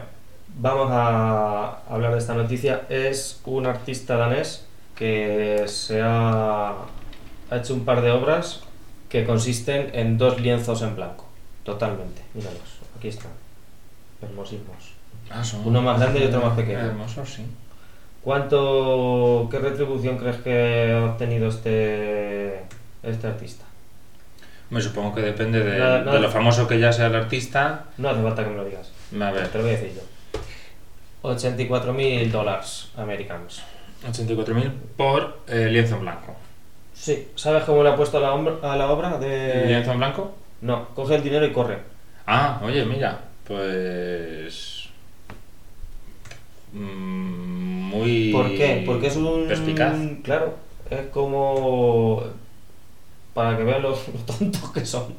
[SPEAKER 3] vamos a hablar de esta noticia. Es un artista danés que se ha, ha hecho un par de obras que consisten en dos lienzos en blanco. Totalmente, míralos. Aquí están. Hermosísimos. Uno más grande y otro más pequeño.
[SPEAKER 2] Hermoso, sí.
[SPEAKER 3] ¿Cuánto, qué retribución crees que ha obtenido este, este artista?
[SPEAKER 2] Me supongo que depende de,
[SPEAKER 3] Nada, nada.
[SPEAKER 2] de lo famoso que ya sea el artista.
[SPEAKER 3] No hace falta que me lo digas.
[SPEAKER 2] A
[SPEAKER 3] Te
[SPEAKER 2] ver,
[SPEAKER 3] lo voy a decir yo. 84.000 dólares americanos.
[SPEAKER 2] 84.000 por eh, lienzo en blanco.
[SPEAKER 3] Sí, ¿sabes cómo le ha puesto a la, ombra- a la obra?
[SPEAKER 2] ¿Lienzo
[SPEAKER 3] De...
[SPEAKER 2] en blanco?
[SPEAKER 3] No, coge el dinero y corre.
[SPEAKER 2] Ah, oye, mira, pues... mm, muy.
[SPEAKER 3] ¿Por qué? Porque es un.
[SPEAKER 2] Perspicaz.
[SPEAKER 3] Claro, es como. Para que vean los lo tontos que son.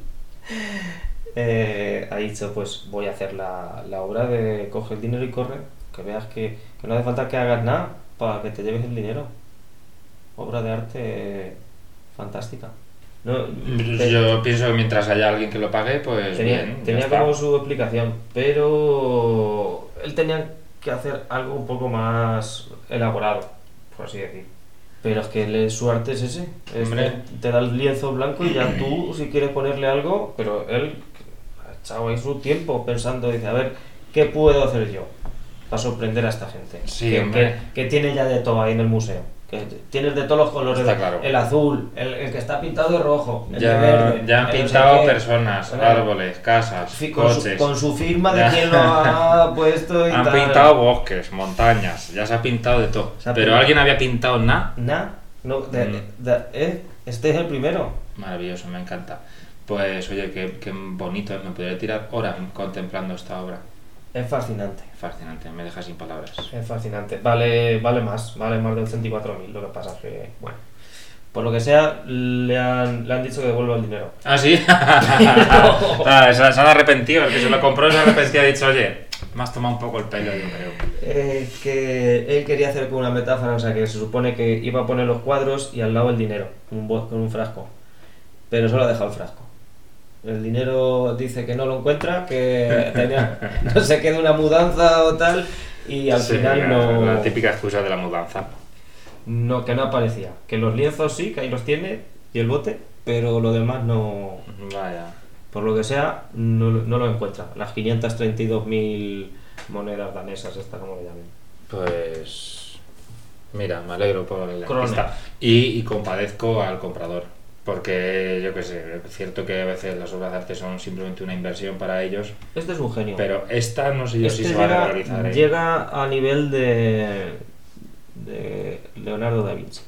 [SPEAKER 3] Eh, ha dicho: Pues voy a hacer la, la obra de coge el dinero y corre. Que veas que, que no hace falta que hagas nada para que te lleves el dinero. Obra de arte fantástica. No, te-
[SPEAKER 2] Yo pienso que mientras haya alguien que lo pague, pues.
[SPEAKER 3] tenía
[SPEAKER 2] bien, ya
[SPEAKER 3] tenía
[SPEAKER 2] está.
[SPEAKER 3] como su explicación, pero él tenía que hacer algo un poco más elaborado, por así decir. Pero es que él es- su arte es ese. es
[SPEAKER 2] Hombre.
[SPEAKER 3] que te da el lienzo blanco y ya tú, si quieres ponerle algo, pero él ha echado ahí su tiempo pensando, dice, a ver, ¿qué puedo hacer yo para sorprender a esta gente?
[SPEAKER 2] Sí,
[SPEAKER 3] que,
[SPEAKER 2] hombre.
[SPEAKER 3] que- que tiene ya de todo ahí en el museo. Que tienes de todos los colores,
[SPEAKER 2] Está claro.
[SPEAKER 3] el azul, el, el que está pintado de rojo, el de
[SPEAKER 2] Ya,
[SPEAKER 3] verde,
[SPEAKER 2] ya han
[SPEAKER 3] el no sé
[SPEAKER 2] pintado
[SPEAKER 3] qué.
[SPEAKER 2] personas,
[SPEAKER 3] Claro.
[SPEAKER 2] árboles, casas,
[SPEAKER 3] Fi- con, su,
[SPEAKER 2] coches.
[SPEAKER 3] con su firma de
[SPEAKER 2] Ya.
[SPEAKER 3] quién lo ha puesto y
[SPEAKER 2] Han
[SPEAKER 3] tal.
[SPEAKER 2] pintado bosques, montañas, ya se ha pintado de todo.
[SPEAKER 3] Se ha
[SPEAKER 2] Pero
[SPEAKER 3] pintado.
[SPEAKER 2] alguien había pintado nada.
[SPEAKER 3] Nah, no, de-
[SPEAKER 2] Mm.
[SPEAKER 3] de- eh, este es el primero.
[SPEAKER 2] Maravilloso, me encanta. Pues oye, qué, qué bonito, ¿eh? me podría tirar horas contemplando esta obra.
[SPEAKER 3] Es fascinante.
[SPEAKER 2] Fascinante, me deja sin palabras.
[SPEAKER 3] Es fascinante. Vale, vale más, vale más de 84.000. Lo que pasa es que, bueno, por lo que sea, le han, le han dicho que devuelva el dinero.
[SPEAKER 2] Ah, sí. Ah, se, se han arrepentido, el que se lo compró se ha arrepentido y ha dicho, oye, me has tomado un poco el pelo, yo creo.
[SPEAKER 3] Eh, que él quería hacer como una metáfora, o sea, que se supone que iba a poner los cuadros y al lado el dinero, con un, bo- con un frasco. Pero solo ha dejado el frasco. El dinero dice que no lo encuentra, que tenía, no se queda una mudanza o tal, y al
[SPEAKER 2] Sí, la-
[SPEAKER 3] final no,
[SPEAKER 2] La típica excusa de la mudanza.
[SPEAKER 3] no, que no aparecía. Que los lienzos sí, que ahí los tiene, y el bote, pero lo demás no,
[SPEAKER 2] Vaya.
[SPEAKER 3] por lo que sea, no, no lo encuentra. Las 532.000 monedas danesas, esta como le llamen.
[SPEAKER 2] Pues. Mira, me alegro por el
[SPEAKER 3] Crone.
[SPEAKER 2] artista. Y, y compadezco al comprador. Porque yo qué sé, es cierto que a veces las obras de arte son simplemente una inversión para ellos.
[SPEAKER 3] Este es un genio.
[SPEAKER 2] Pero esta no sé yo
[SPEAKER 3] Este
[SPEAKER 2] si se va a revalorizar.
[SPEAKER 3] llega,
[SPEAKER 2] ¿eh?
[SPEAKER 3] llega a nivel de, de Leonardo da Vinci.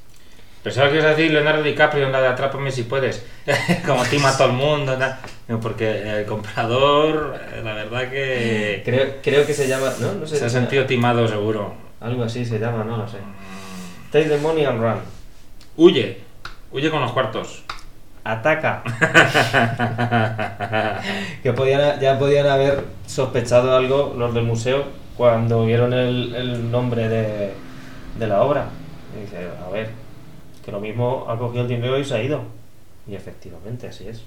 [SPEAKER 2] Pensaba que ibas a decir Leonardo DiCaprio en la de Atrápame si puedes. Como tima a todo el mundo. tal. No, porque el comprador, eh, la verdad que.
[SPEAKER 3] Creo, creo que se llama, ¿no? No sé.
[SPEAKER 2] Se ha sentido timado seguro.
[SPEAKER 3] Algo así se llama, no lo sé. Take the money and run.
[SPEAKER 2] Huye. Huye con los cuartos.
[SPEAKER 3] Ataca. que podían, ya podían haber sospechado algo los del museo cuando vieron el, el nombre de, de la obra. Y dice, a ver, que lo mismo ha cogido el dinero y se ha ido. Y efectivamente, así es.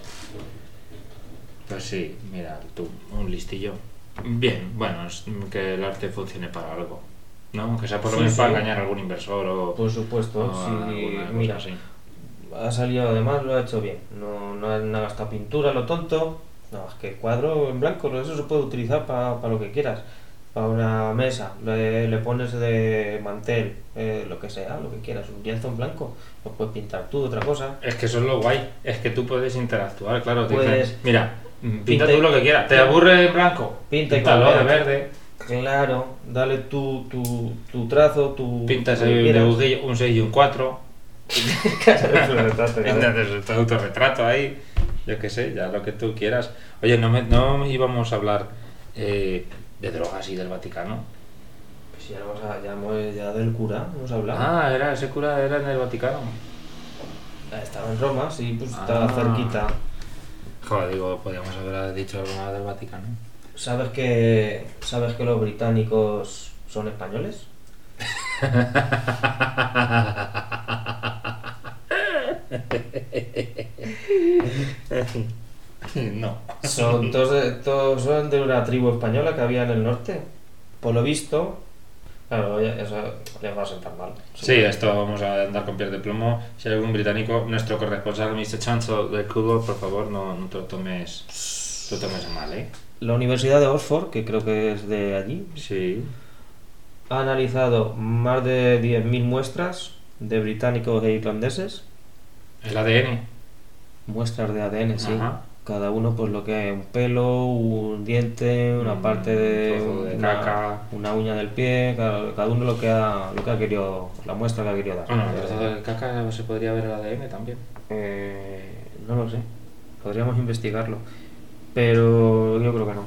[SPEAKER 2] Pues sí, mira, tú, un listillo. Bien, bueno, es que el arte funcione para algo. ¿No? Que sea por lo
[SPEAKER 3] Sí,
[SPEAKER 2] menos para
[SPEAKER 3] sí.
[SPEAKER 2] engañar a algún inversor o.
[SPEAKER 3] Por
[SPEAKER 2] o
[SPEAKER 3] supuesto,
[SPEAKER 2] a
[SPEAKER 3] sí,
[SPEAKER 2] alguna cosa
[SPEAKER 3] mira,
[SPEAKER 2] así.
[SPEAKER 3] ha salido además, lo ha hecho bien. No, no ha no ha gastado pintura, lo tonto. No, es que el cuadro en blanco, eso se puede utilizar para lo que quieras. Para una mesa, le, le pones de mantel, eh, lo que sea, lo que quieras. Un lienzo en blanco, lo puedes pintar tú, otra cosa.
[SPEAKER 2] Es que eso es lo guay, es que tú puedes interactuar, claro. te
[SPEAKER 3] Puedes-
[SPEAKER 2] dicen, mira, mm, pinta
[SPEAKER 3] Pues, pinta-
[SPEAKER 2] tú lo que quieras. ¿Te
[SPEAKER 3] pinta-
[SPEAKER 2] aburre de blanco?
[SPEAKER 3] pinta y
[SPEAKER 2] Píntalo de
[SPEAKER 3] color.
[SPEAKER 2] verde.
[SPEAKER 3] Claro, dale tu, tu, tu trazo, tu.
[SPEAKER 2] Pintas
[SPEAKER 3] lo que
[SPEAKER 2] ahí un
[SPEAKER 3] quieras.
[SPEAKER 2] dibujillo, un 6 y un Este 4. Entonces, tu autorretrato ahí, yo qué sé, ya lo que tú quieras. Oye, no, me- no íbamos a hablar eh, de drogas y del Vaticano.
[SPEAKER 3] Pues ya, vamos a- ya, hemos- ya del cura, hemos hablado.
[SPEAKER 2] Ah, era ese cura era en el Vaticano.
[SPEAKER 3] Estaba en Roma, sí, pues estaba
[SPEAKER 2] Ah.
[SPEAKER 3] cerquita.
[SPEAKER 2] Joder, digo, podríamos haber dicho algo más del Vaticano.
[SPEAKER 3] ¿Sabes que, ¿Sabes que los británicos son españoles?
[SPEAKER 2] no.
[SPEAKER 3] Son todos, de- todos son de una tribu española que había en el norte. Por lo visto, claro, ya- eso les va a sentar mal.
[SPEAKER 2] Sí, esto vamos a andar con pies de plomo. Si hay algún británico, nuestro corresponsal, Mr. Chancellor del Cubo, por favor, no, no te lo tomes, te lo tomes a mal, ¿eh?
[SPEAKER 3] La Universidad de Oxford, que creo que es de allí,
[SPEAKER 2] Sí.
[SPEAKER 3] ha analizado más de 10.000 muestras de británicos e irlandeses.
[SPEAKER 2] El ADN.
[SPEAKER 3] Muestras de ADN, sí.
[SPEAKER 2] Ajá.
[SPEAKER 3] Cada uno, pues lo que es un pelo, un diente, una
[SPEAKER 2] Mm,
[SPEAKER 3] parte de,
[SPEAKER 2] trozo de
[SPEAKER 3] una,
[SPEAKER 2] caca.
[SPEAKER 3] una uña del pie, cada, cada uno lo que, ha, lo que ha querido, la muestra que ha querido dar.
[SPEAKER 2] Bueno, el trozo de caca se podría ver el ADN también.
[SPEAKER 3] Eh, no lo sé, podríamos investigarlo, pero yo creo que no.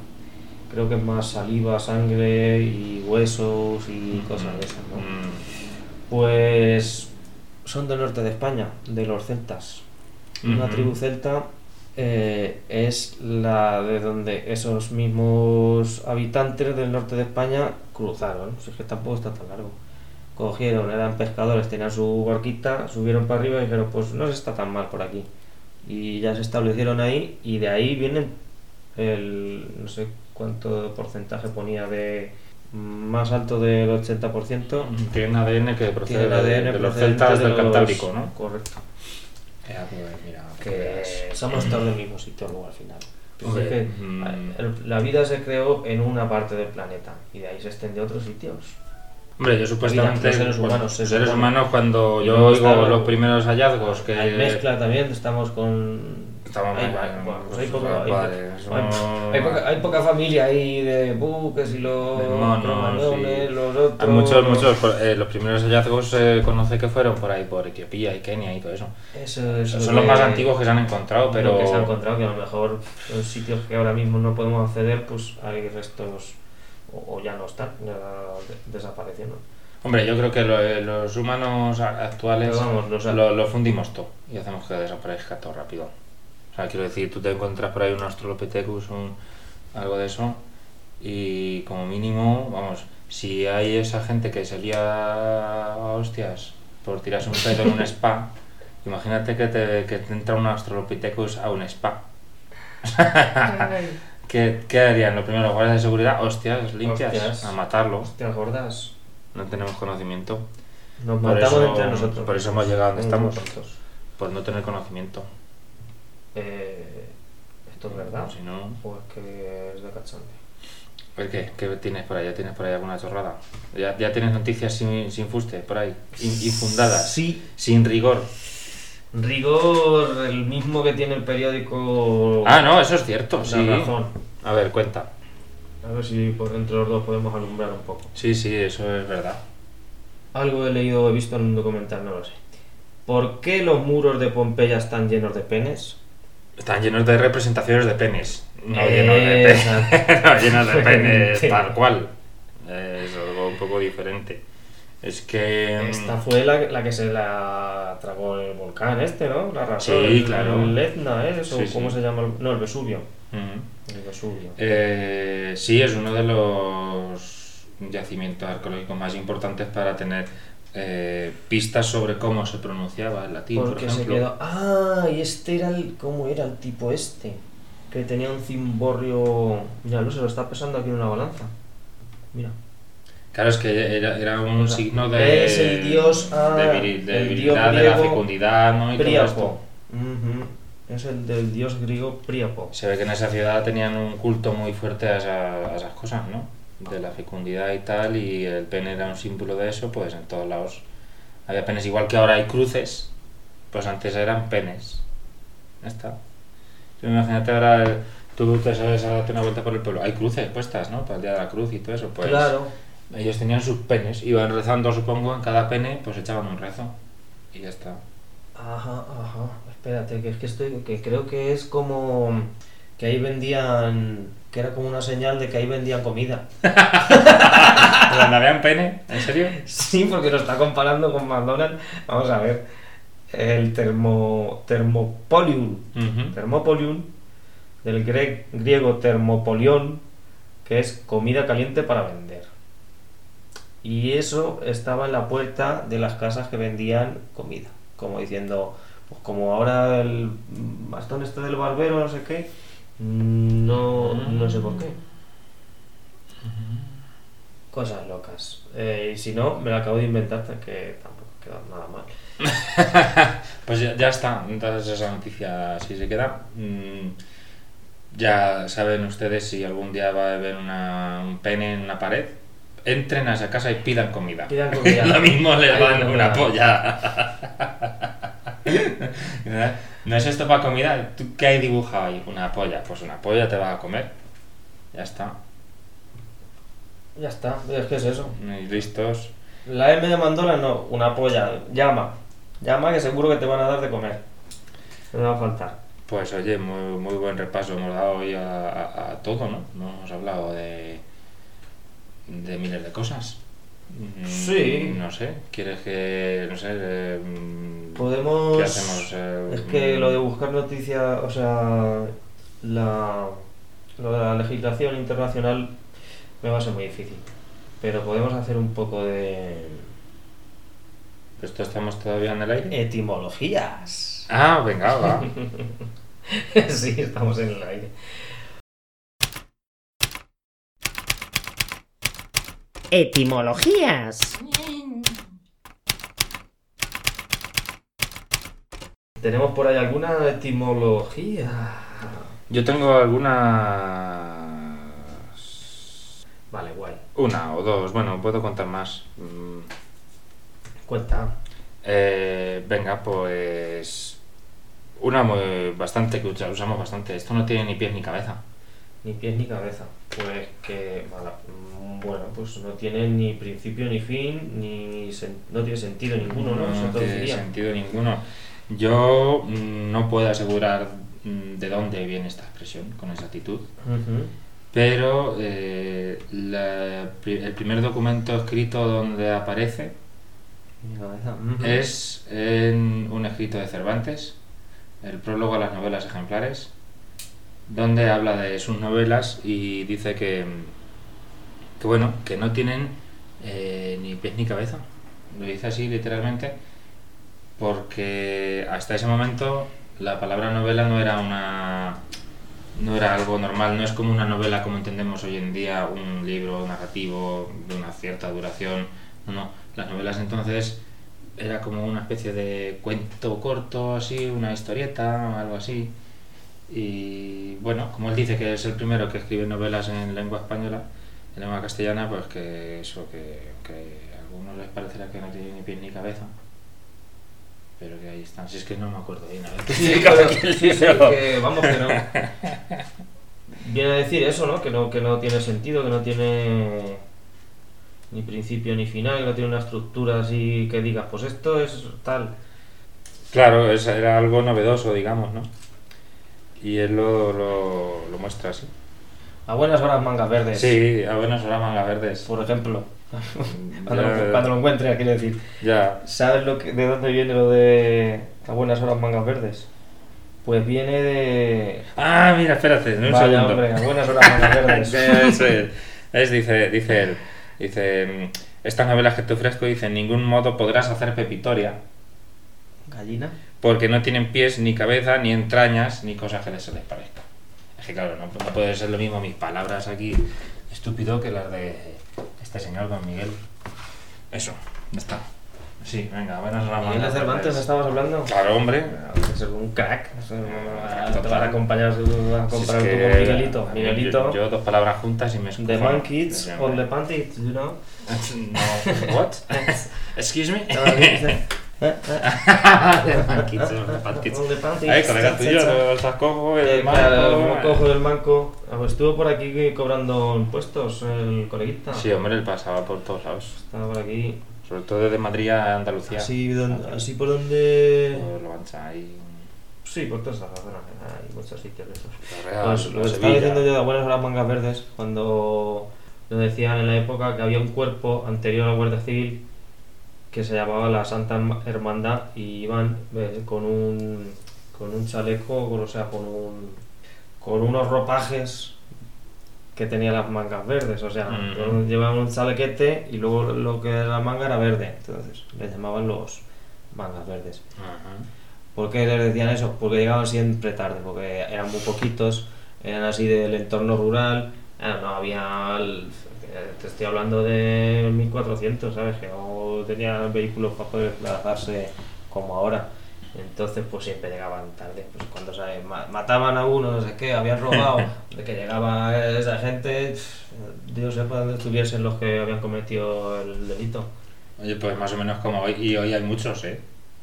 [SPEAKER 3] creo que es más saliva, sangre y huesos y cosas de esas, ¿no?
[SPEAKER 2] Mm.
[SPEAKER 3] Pues son del norte de España, de los celtas. Una
[SPEAKER 2] Ujú.
[SPEAKER 3] tribu celta eh, es la de donde esos mismos habitantes del norte de España cruzaron. Si es que tampoco está tan largo. Cogieron, eran pescadores, tenían su barquita, subieron para arriba y dijeron, pues no se está tan mal por aquí. Y ya se establecieron ahí y de ahí vienen el no sé cuánto porcentaje ponía de más alto del 80%.
[SPEAKER 2] Tienen ADN que procede
[SPEAKER 3] Tiene
[SPEAKER 2] de,
[SPEAKER 3] ADN
[SPEAKER 2] de los
[SPEAKER 3] procedente
[SPEAKER 2] celtas
[SPEAKER 3] de
[SPEAKER 2] del
[SPEAKER 3] los-
[SPEAKER 2] Cantábrico, ¿no?
[SPEAKER 3] Correcto.
[SPEAKER 2] Eh, pues, mira,
[SPEAKER 3] que somos todos del mismo sitio luego al final. Pues
[SPEAKER 2] Hombre,
[SPEAKER 3] es que,
[SPEAKER 2] mm.
[SPEAKER 3] a- el- la vida se creó en una parte del planeta y de ahí se extendió a otros sitios.
[SPEAKER 2] Hombre, yo supuestamente.
[SPEAKER 3] Mira, los seres
[SPEAKER 2] bueno,
[SPEAKER 3] humanos, se
[SPEAKER 2] seres
[SPEAKER 3] supone.
[SPEAKER 2] humanos, cuando yo
[SPEAKER 3] No,
[SPEAKER 2] oigo
[SPEAKER 3] está-
[SPEAKER 2] los primeros hallazgos que.
[SPEAKER 3] Hay mezcla también, estamos con...
[SPEAKER 2] Estamos
[SPEAKER 3] hay,
[SPEAKER 2] con-
[SPEAKER 3] va- bueno, pues hay,
[SPEAKER 2] pues,
[SPEAKER 3] poca, hay,
[SPEAKER 2] vale,
[SPEAKER 3] poca-
[SPEAKER 2] somos-
[SPEAKER 3] hay poca, hay poca familia ahí de buques y los
[SPEAKER 2] de monos,
[SPEAKER 3] cromañones,
[SPEAKER 2] y-
[SPEAKER 3] los
[SPEAKER 2] Hay
[SPEAKER 3] otros...
[SPEAKER 2] muchos, muchos. por- eh, los primeros hallazgos se conoce que fueron por ahí, por Etiopía y Kenia y todo eso.
[SPEAKER 3] Eso es lo
[SPEAKER 2] Son los
[SPEAKER 3] que-
[SPEAKER 2] más antiguos que se han encontrado, pero.
[SPEAKER 3] lo que se ha encontrado que a lo mejor en sitios que ahora mismo no podemos acceder pues hay restos o, o ya no están ya de- desaparecieron
[SPEAKER 2] Hombre, yo creo que lo- eh, los humanos a- actuales
[SPEAKER 3] Pero vamos, los-
[SPEAKER 2] lo, lo fundimos todo y hacemos que desaparezca todo rápido. O sea, quiero decir, tú te encuentras por ahí un Australopithecus, un, algo de eso, y como mínimo, vamos, si hay esa gente que se lía a hostias por tirarse un pedo en un spa, imagínate que te, que te entra un Australopithecus a un spa. ¿Qué, ¿Qué harían? Lo primero, guardias de seguridad, hostias, limpias,
[SPEAKER 3] Hostias.
[SPEAKER 2] a matarlo.
[SPEAKER 3] ¿Te acordas?
[SPEAKER 2] No tenemos conocimiento.
[SPEAKER 3] Nos
[SPEAKER 2] Por
[SPEAKER 3] matamos
[SPEAKER 2] eso-
[SPEAKER 3] entre nosotros.
[SPEAKER 2] por eso hemos llegado donde
[SPEAKER 3] Somos
[SPEAKER 2] estamos.
[SPEAKER 3] tontos.
[SPEAKER 2] Por no tener conocimiento.
[SPEAKER 3] Eh, ¿Esto es verdad?
[SPEAKER 2] Si no...
[SPEAKER 3] ¿O es que es de cachonde?
[SPEAKER 2] ¿Por qué? ¿Qué tienes por ahí? ¿Ya tienes por ahí alguna chorrada? ¿Ya, ya tienes noticias sin, sin fuste por ahí? In- infundadas.
[SPEAKER 3] Sí.
[SPEAKER 2] Sin rigor.
[SPEAKER 3] Rigor, el mismo que tiene el periódico...
[SPEAKER 2] Ah, no, eso es cierto.
[SPEAKER 3] La
[SPEAKER 2] Sí.
[SPEAKER 3] razón.
[SPEAKER 2] A ver, cuenta.
[SPEAKER 3] A ver si por entre los dos podemos alumbrar un poco.
[SPEAKER 2] Sí, sí, eso es verdad.
[SPEAKER 3] Algo he leído o he visto en un documental, no lo sé. ¿Por qué los muros de Pompeya están llenos de penes?
[SPEAKER 2] Están llenos de representaciones de penes. No llenos de penes.
[SPEAKER 3] Exacto.
[SPEAKER 2] no llenos de penes,
[SPEAKER 3] Sí.
[SPEAKER 2] tal cual. Eh, Es algo un poco diferente. Es que. mm,
[SPEAKER 3] Esta fue la, la que se la tragó el volcán este, ¿no? La razón.
[SPEAKER 2] Sí,
[SPEAKER 3] el-
[SPEAKER 2] claro.
[SPEAKER 3] El Etna, ¿eh? Eso,
[SPEAKER 2] Sí, sí.
[SPEAKER 3] ¿Cómo se llama? el- No, el Vesubio.
[SPEAKER 2] Ujú.
[SPEAKER 3] El Vesubio.
[SPEAKER 2] Eh, sí, es uno de los yacimientos arqueológicos más importantes para tener eh, pistas sobre cómo se pronunciaba el latín, por
[SPEAKER 3] Porque se
[SPEAKER 2] ejemplo.
[SPEAKER 3] quedó... Ah, y este era el... ¿Cómo era el tipo este? Que tenía un cimborrio... Mira, no se lo está pesando aquí en una balanza. Mira.
[SPEAKER 2] Claro, es que era, era un
[SPEAKER 3] Era-
[SPEAKER 2] signo de,
[SPEAKER 3] es el dios, ah,
[SPEAKER 2] de viril- de
[SPEAKER 3] el dios
[SPEAKER 2] virilidad, de la
[SPEAKER 3] griego
[SPEAKER 2] fecundidad, ¿no? Y todo
[SPEAKER 3] Priapo.
[SPEAKER 2] esto.
[SPEAKER 3] Ujú. Es el del dios griego Priapo.
[SPEAKER 2] Se ve que en esa ciudad tenían un culto muy fuerte a, esa- a esas cosas, ¿no? De la fecundidad y tal, y el pene era un símbolo de eso, pues en todos lados había penes. Igual que ahora hay cruces, pues antes eran penes. Ya está. Tú Imagínate ahora, el- tú te sabes a darte una vuelta por el pueblo. Hay cruces puestas, ¿no? Para el día de la cruz y todo eso, pues.
[SPEAKER 3] claro.
[SPEAKER 2] Ellos tenían sus penes, iban rezando, supongo, en cada pene, pues echaban un rezo. Y ya está.
[SPEAKER 3] Ajá, ajá. Espérate, que es que estoy. que creo que es como. que ahí vendían. que era como una señal de que ahí vendían comida.
[SPEAKER 2] ¿Pero ¿Donde habían pene? ¿En serio?
[SPEAKER 3] Sí, porque lo está comparando con McDonald's. Vamos a ver. El termo. Thermopolium.
[SPEAKER 2] Ujú.
[SPEAKER 3] Thermopolium. Del gre- griego termopolión. Que es comida caliente para vender. Y eso estaba en la puerta de las casas que vendían comida. Como diciendo, pues como ahora el bastón este del barbero, no sé qué. No, no sé por qué. Cosas locas. Eh, y si no, me lo acabo de inventar, que tampoco queda nada mal.
[SPEAKER 2] Pues ya, ya está, entonces esa noticia si se queda. Mm, ya saben ustedes si algún día va a haber una- un pene en una pared, entren a esa casa y pidan comida.
[SPEAKER 3] Pidan comida.
[SPEAKER 2] Lo mismo les
[SPEAKER 3] Ahí
[SPEAKER 2] dan
[SPEAKER 3] no
[SPEAKER 2] una
[SPEAKER 3] da.
[SPEAKER 2] polla. ¿No es esto para comida? ¿Tú qué hay dibujado ahí? Una polla. Pues una polla te vas a comer. Ya está.
[SPEAKER 3] Ya está, es que es eso.
[SPEAKER 2] Y listos.
[SPEAKER 3] La M de Mandola no, una polla. Llama. Llama que seguro que te van a dar de comer. No va a faltar.
[SPEAKER 2] Pues oye, muy, muy buen repaso hemos dado hoy a, a- a todo, ¿no? No hemos hablado de, de miles de cosas. Mm,
[SPEAKER 3] Sí.
[SPEAKER 2] No sé, ¿quieres que, no sé, eh, mm,
[SPEAKER 3] Podemos.
[SPEAKER 2] ¿qué hacemos? Eh,
[SPEAKER 3] Es que
[SPEAKER 2] mm,
[SPEAKER 3] lo de buscar noticias, o sea, la, lo de la legislación internacional me va a ser muy difícil. Pero podemos hacer un poco de
[SPEAKER 2] ¿Esto estamos todavía en el aire?
[SPEAKER 3] etimologías.
[SPEAKER 2] Ah, venga, va.
[SPEAKER 3] sí, estamos en el aire.
[SPEAKER 4] Etimologías.
[SPEAKER 3] ¿Tenemos por ahí alguna etimología?
[SPEAKER 2] Yo tengo algunas...
[SPEAKER 3] Vale, guay.
[SPEAKER 2] Una o dos, bueno, puedo contar más. Mm,
[SPEAKER 3] Cuenta.
[SPEAKER 2] Eh, venga, pues. Una muy- bastante que usa- usamos bastante. Esto no tiene ni pies ni cabeza.
[SPEAKER 3] Ni pies ni cabeza. Pues que, mala- mm, bueno, pues no tiene ni principio ni fin, ni sen- no tiene sentido ninguno, ¿no? Eso todo
[SPEAKER 2] tiene
[SPEAKER 3] diría.
[SPEAKER 2] sentido ninguno. Yo mm, no puedo asegurar mm, de dónde viene esta expresión con exactitud,
[SPEAKER 3] Ujú.
[SPEAKER 2] pero eh, la pri- el primer documento escrito donde aparece
[SPEAKER 3] Mi cabeza. ujú.
[SPEAKER 2] es en un escrito de Cervantes, el prólogo a las novelas ejemplares, donde habla de sus novelas y dice que, que bueno, que no tienen eh, ni pies ni cabeza. Lo dice así literalmente, porque hasta ese momento la palabra novela no era una no era algo normal, no es como una novela como entendemos hoy en día, un libro narrativo de una cierta duración. No, no. Las novelas entonces era como una especie de cuento corto, así, una historieta, algo así. Y bueno, como él dice que es el primero que escribe novelas en lengua española, en lengua castellana, pues que eso, que, que a algunos les parecerá que no tiene ni pies ni cabeza. Pero que ahí están, si es que no me acuerdo bien. A ver, ¿qué
[SPEAKER 3] Sí,
[SPEAKER 2] significaba
[SPEAKER 3] pero-
[SPEAKER 2] aquel
[SPEAKER 3] sí, sí,
[SPEAKER 2] libro?
[SPEAKER 3] que vamos, que no. Viene a decir eso, ¿no? Que, ¿no? que no tiene sentido, que no tiene ni principio ni final, que no tiene una estructura así que digas, pues esto es tal.
[SPEAKER 2] Claro, es- era algo novedoso, digamos, ¿no? Y él lo, lo, lo muestra así.
[SPEAKER 3] A buenas horas mangas verdes,
[SPEAKER 2] Sí, a buenas horas mangas verdes.
[SPEAKER 3] por ejemplo. Cuando,
[SPEAKER 2] Ya-
[SPEAKER 3] lo, cuando lo encuentres, quiero decir.
[SPEAKER 2] Ya,
[SPEAKER 3] ¿Sabes lo que, de dónde viene lo de a buenas horas mangas verdes? Pues viene de...
[SPEAKER 2] Ah, mira, espérate, no un
[SPEAKER 3] Vaya,
[SPEAKER 2] segundo.
[SPEAKER 3] hombre, a buenas horas, mangas verdes.
[SPEAKER 2] Eso es. Es, dice, dice él, dice, mm, estas novelas que te ofrezco, dice, en ningún modo podrás hacer pepitoria,
[SPEAKER 3] Gallina.
[SPEAKER 2] porque no tienen pies, ni cabeza, ni entrañas, ni cosas que se les parezca. Es que claro, no, no puede ser lo mismo mis palabras aquí, estúpido, que las de este señor Don Miguel. Eso, ya está. Sí, venga, buenas horas.
[SPEAKER 3] Miguel de
[SPEAKER 2] mangas
[SPEAKER 3] Cervantes,
[SPEAKER 2] verdes.
[SPEAKER 3] ¿estamos hablando?
[SPEAKER 2] Claro, hombre.
[SPEAKER 3] Es un crack. o sea,
[SPEAKER 2] Total.
[SPEAKER 3] Te van a acompañar a
[SPEAKER 2] Si es
[SPEAKER 3] comprar tú
[SPEAKER 2] que-
[SPEAKER 3] con Miguelito.
[SPEAKER 2] a mí,
[SPEAKER 3] Miguelito.
[SPEAKER 2] Yo, yo dos palabras juntas y me escucho.
[SPEAKER 3] the man kids
[SPEAKER 2] Siempre.
[SPEAKER 3] on the panties, you know.
[SPEAKER 2] No, what? Excuse me.
[SPEAKER 3] On the panties.
[SPEAKER 2] Ay, colega tuyo, no estás cojo, el
[SPEAKER 3] Eh, claro,
[SPEAKER 2] manco,
[SPEAKER 3] como cojo del banco. Ah, pues Estuvo por aquí cobrando impuestos el coleguita.
[SPEAKER 2] Sí, hombre, él pasaba por todos lados.
[SPEAKER 3] Estaba por aquí.
[SPEAKER 2] Sobre todo desde Madrid a Andalucía.
[SPEAKER 3] Así, don- así por donde.
[SPEAKER 2] Todo Lo ancha ahí.
[SPEAKER 3] Sí, por todas esas zonas. Hay muchos sitios de esos.
[SPEAKER 2] La Real,
[SPEAKER 3] Pues lo
[SPEAKER 2] la
[SPEAKER 3] que estaba
[SPEAKER 2] Sevilla.
[SPEAKER 3] diciendo yo de buenas horas mangas verdes, cuando lo decían en la época que había un cuerpo anterior a la Guardia Civil que se llamaba la Santa Hermandad y iban eh, con un, con un chaleco, con- o sea, con, un, con unos ropajes que tenía las mangas verdes, o sea,
[SPEAKER 2] Ujú.
[SPEAKER 3] con- llevaban un chalequete y luego lo que era la manga era verde, entonces le llamaban los mangas verdes.
[SPEAKER 2] Ajá.
[SPEAKER 3] ¿Por qué les decían eso? Porque llegaban siempre tarde, porque eran muy poquitos, eran así del entorno rural, eh, no había... el- eh, te estoy hablando de 1400, ¿sabes? Que no tenían vehículos para poder desplazarse como ahora. Entonces, pues siempre llegaban tarde. Pues cuando ¿sabes? Ma- mataban a uno, no sé qué, habían robado, de que llegaba esa gente, pff, Dios sepa dónde estuviesen los que habían cometido el delito.
[SPEAKER 2] Oye, pues más o menos como hoy. Y hoy hay muchos, ¿eh?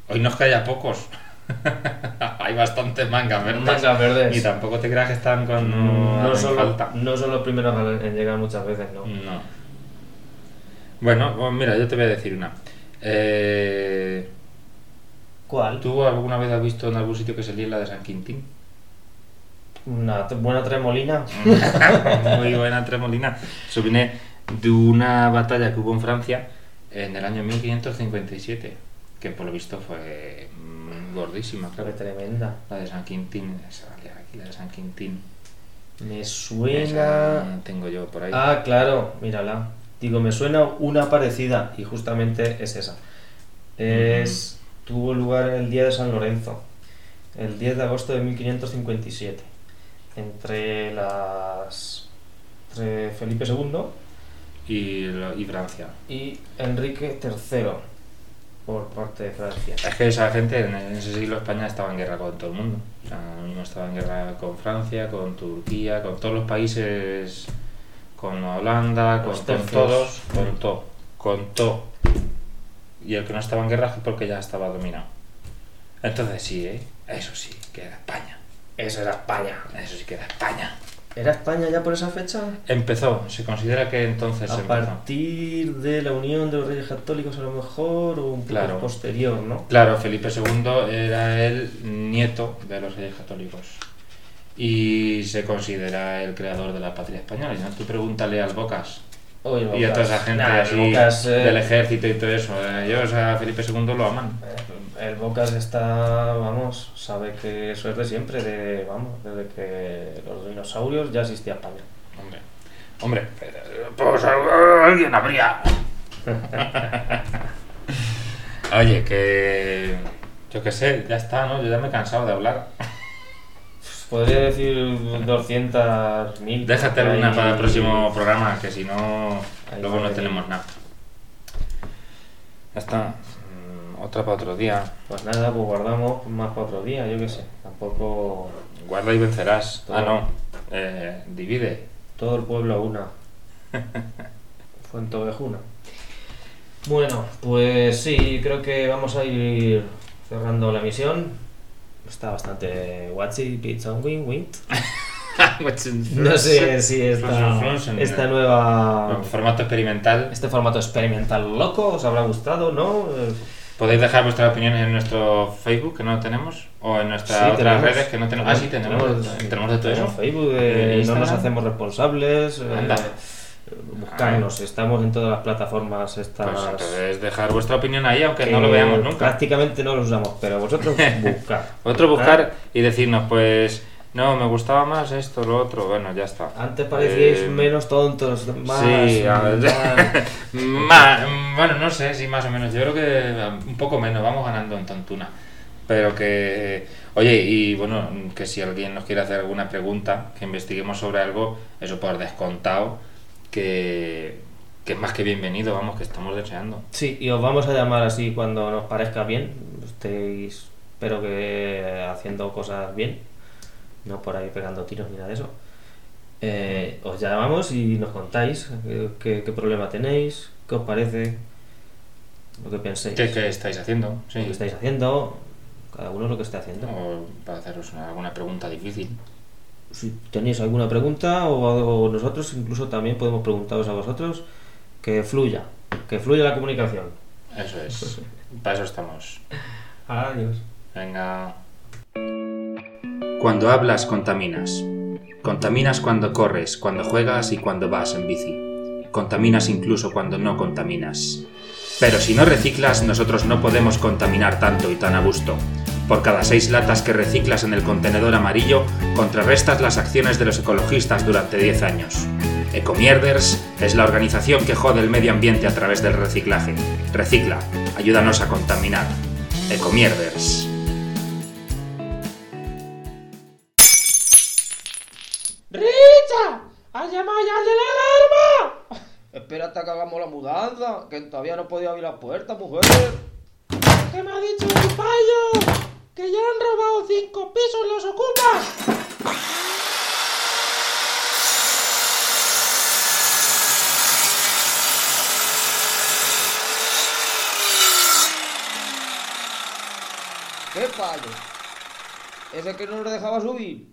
[SPEAKER 2] Hoy nos calla pocos. hay bastantes mangas verdes.
[SPEAKER 3] Mangas verdes.
[SPEAKER 2] Y tampoco te creas que están con.
[SPEAKER 3] No Mm.
[SPEAKER 2] hacen
[SPEAKER 3] son,
[SPEAKER 2] falta.
[SPEAKER 3] no son los primeros en en llegar muchas veces, ¿no?
[SPEAKER 2] No. Bueno, pues mira, yo te voy a decir una. Eh,
[SPEAKER 3] ¿Cuál?
[SPEAKER 2] ¿Tú alguna vez has visto en algún sitio que se lía la de San Quintín?
[SPEAKER 3] Una t- buena tremolina.
[SPEAKER 2] Muy buena tremolina. Eso viene de una batalla que hubo en Francia en el año 1557, que por lo visto fue mm, gordísima,
[SPEAKER 3] Fue
[SPEAKER 2] claro.
[SPEAKER 3] tremenda.
[SPEAKER 2] La de San Quintín, esa, la de San Quintín.
[SPEAKER 3] Me
[SPEAKER 2] Esa
[SPEAKER 3] suena.
[SPEAKER 2] tengo yo por ahí.
[SPEAKER 3] Ah, claro, mírala. Digo, me suena una parecida y justamente es esa. Es, Tuvo lugar el día de San Lorenzo, el 10 de agosto de 1557, entre las entre Felipe II
[SPEAKER 2] Y, lo- y Francia.
[SPEAKER 3] y Enrique III por parte de Francia.
[SPEAKER 2] Es que esa gente en en ese siglo España estaba en guerra con todo el mundo. O sea, ahora mismo estaba en guerra con Francia, con Turquía, con todos los países, con Holanda, con,
[SPEAKER 3] Los
[SPEAKER 2] con
[SPEAKER 3] tercios.
[SPEAKER 2] todos, con todo, con todo. Y el que no estaba en guerra fue porque ya estaba dominado. Entonces sí, ¿eh? eso sí, que era España.
[SPEAKER 3] Eso era España.
[SPEAKER 2] Eso sí que era España.
[SPEAKER 3] ¿Era España ya por esa fecha?
[SPEAKER 2] Empezó, se considera que entonces
[SPEAKER 3] A
[SPEAKER 2] empezó.
[SPEAKER 3] partir de la unión de los reyes católicos a lo mejor o un poco
[SPEAKER 2] Claro.
[SPEAKER 3] posterior, ¿no?
[SPEAKER 2] Claro, Felipe II era el nieto de los reyes católicos y se considera el creador de la patria española. Y, ¿no? Tú pregúntale al Bocas
[SPEAKER 3] Oye,
[SPEAKER 2] y a toda
[SPEAKER 3] Bocas.
[SPEAKER 2] esa gente
[SPEAKER 3] Nah, el
[SPEAKER 2] así
[SPEAKER 3] Bocas, eh,
[SPEAKER 2] del ejército y todo eso. eh, Ellos a Felipe II lo aman.
[SPEAKER 3] eh, El Bocas está, vamos, sabe que eso es de siempre, de, vamos, desde que los dinosaurios ya existía España.
[SPEAKER 2] Hombre, hombre, pero, pues alguien habría. Oye, que yo qué sé, ya está, ¿no? Yo ya me he cansado de hablar.
[SPEAKER 3] Podría decir 200.000.
[SPEAKER 2] Déjate
[SPEAKER 3] por ahí.
[SPEAKER 2] alguna para el próximo programa, que si no,
[SPEAKER 3] Ahí
[SPEAKER 2] luego no
[SPEAKER 3] va, ahí.
[SPEAKER 2] tenemos nada. Ya está. Mm, Otra para otro día.
[SPEAKER 3] Pues nada, pues guardamos más para otro día, yo qué sé. Tampoco
[SPEAKER 2] Guarda y vencerás. Ah, no. Eh, divide.
[SPEAKER 3] todo el pueblo a una. Fuentovejuna. Bueno, pues sí, creo que vamos a ir cerrando la misión. Está bastante guachi, pizza, win, win.
[SPEAKER 2] Pues,
[SPEAKER 3] No sé si esta, esta nueva.
[SPEAKER 2] En formato experimental.
[SPEAKER 3] Este formato experimental loco os habrá gustado, ¿no? Eh,
[SPEAKER 2] Podéis dejar vuestras opiniones en nuestro Facebook, que no lo tenemos, o en nuestras
[SPEAKER 3] sí,
[SPEAKER 2] otras
[SPEAKER 3] tenemos-
[SPEAKER 2] redes, que no tenemos. Ah, sí, tenemos, tenemos, de todo
[SPEAKER 3] tenemos
[SPEAKER 2] eso.
[SPEAKER 3] Facebook, eh,
[SPEAKER 2] Eh,
[SPEAKER 3] no nos
[SPEAKER 2] Instagram.
[SPEAKER 3] hacemos responsables. eh,
[SPEAKER 2] Anda. Ah.
[SPEAKER 3] buscarnos, estamos en todas las plataformas estas.
[SPEAKER 2] Pues entonces dejar vuestra opinión ahí, aunque
[SPEAKER 3] que
[SPEAKER 2] no lo veamos nunca.
[SPEAKER 3] Eh, Prácticamente no los usamos, pero vosotros buscad.
[SPEAKER 2] Otro buscar y decirnos, pues, no, me gustaba más esto, lo otro, bueno, ya está.
[SPEAKER 3] Ah, Antes parecíais
[SPEAKER 2] Eh,
[SPEAKER 3] menos tontos, más.
[SPEAKER 2] sí, a ver,
[SPEAKER 3] más-
[SPEAKER 2] ma- bueno, no sé si más o menos, yo creo que um, un poco menos, vamos ganando en tontuna. Pero que, oye, y bueno, que si alguien nos quiere hacer alguna pregunta, que investiguemos sobre algo, eso por descontado, que, que es más que bienvenido, vamos, que estamos deseando.
[SPEAKER 3] Sí, y os vamos a llamar así cuando nos parezca bien. Estéis, espero que haciendo cosas bien, no por ahí pegando tiros ni nada de eso. Eh, os llamamos y nos contáis eh, qué, qué problema tenéis, qué os parece, lo que penséis,
[SPEAKER 2] ¿Qué, qué estáis haciendo? Sí.
[SPEAKER 3] lo que estáis haciendo, cada uno lo que está haciendo.
[SPEAKER 2] O para haceros una- alguna pregunta difícil.
[SPEAKER 3] si tenéis alguna pregunta o, o nosotros incluso también podemos preguntaros a vosotros que fluya, que fluya la comunicación.
[SPEAKER 2] Eso es. Para eso estamos.
[SPEAKER 3] Adiós.
[SPEAKER 2] Venga. Cuando hablas, contaminas. Contaminas cuando corres, cuando juegas y cuando vas en bici. Contaminas incluso cuando no contaminas. Pero si no reciclas, nosotros no podemos contaminar tanto y tan a gusto. Por cada seis latas que reciclas en el contenedor amarillo, contrarrestas las acciones de los ecologistas durante 10 años. Ecomierders es la organización que jode el medio ambiente a través del reciclaje. Recicla, ayúdanos a contaminar. Ecomierders.
[SPEAKER 4] ¡Richa! ¡Has llamado ya al de la alarma!
[SPEAKER 5] Espera hasta que hagamos la mudanza, que todavía no podía abrir la puerta, mujer.
[SPEAKER 4] ¿Qué me ha dicho el payo? ¡Que ya han robado cinco pisos los ocupas!
[SPEAKER 5] ¡Qué fallo! Ese que no nos dejaba subir.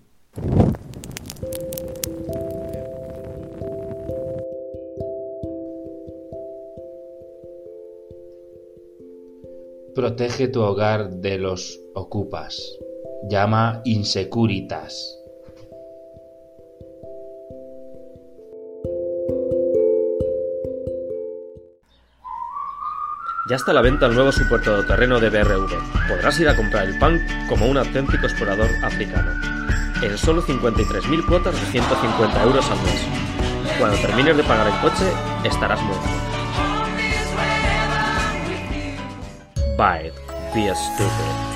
[SPEAKER 2] Protege tu hogar de los ocupas. Llama insecuritas.
[SPEAKER 3] Ya está a la venta el nuevo super todoterreno de BRV. Podrás ir a comprar el pan como un auténtico explorador africano. En solo 53.000 cuotas de 150 euros al mes. Cuando termines de pagar el coche, estarás muerto. Buy it. Be stupid.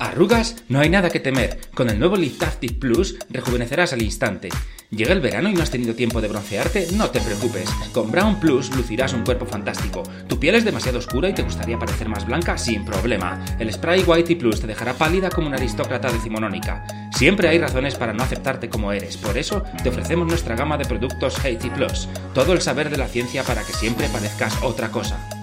[SPEAKER 2] Arrugas, no hay nada que temer. Con el nuevo Lift Active Plus rejuvenecerás al instante. Llega el verano y no has tenido tiempo de broncearte, no te preocupes. Con Brown Plus lucirás un cuerpo fantástico. Tu piel es demasiado oscura y te gustaría parecer más blanca sin problema. El spray Whitey Plus te dejará pálida como una aristócrata decimonónica. Siempre hay razones para no aceptarte como eres, por eso te ofrecemos nuestra gama de productos Haiti Plus. Todo el saber de la ciencia para que siempre parezcas otra cosa.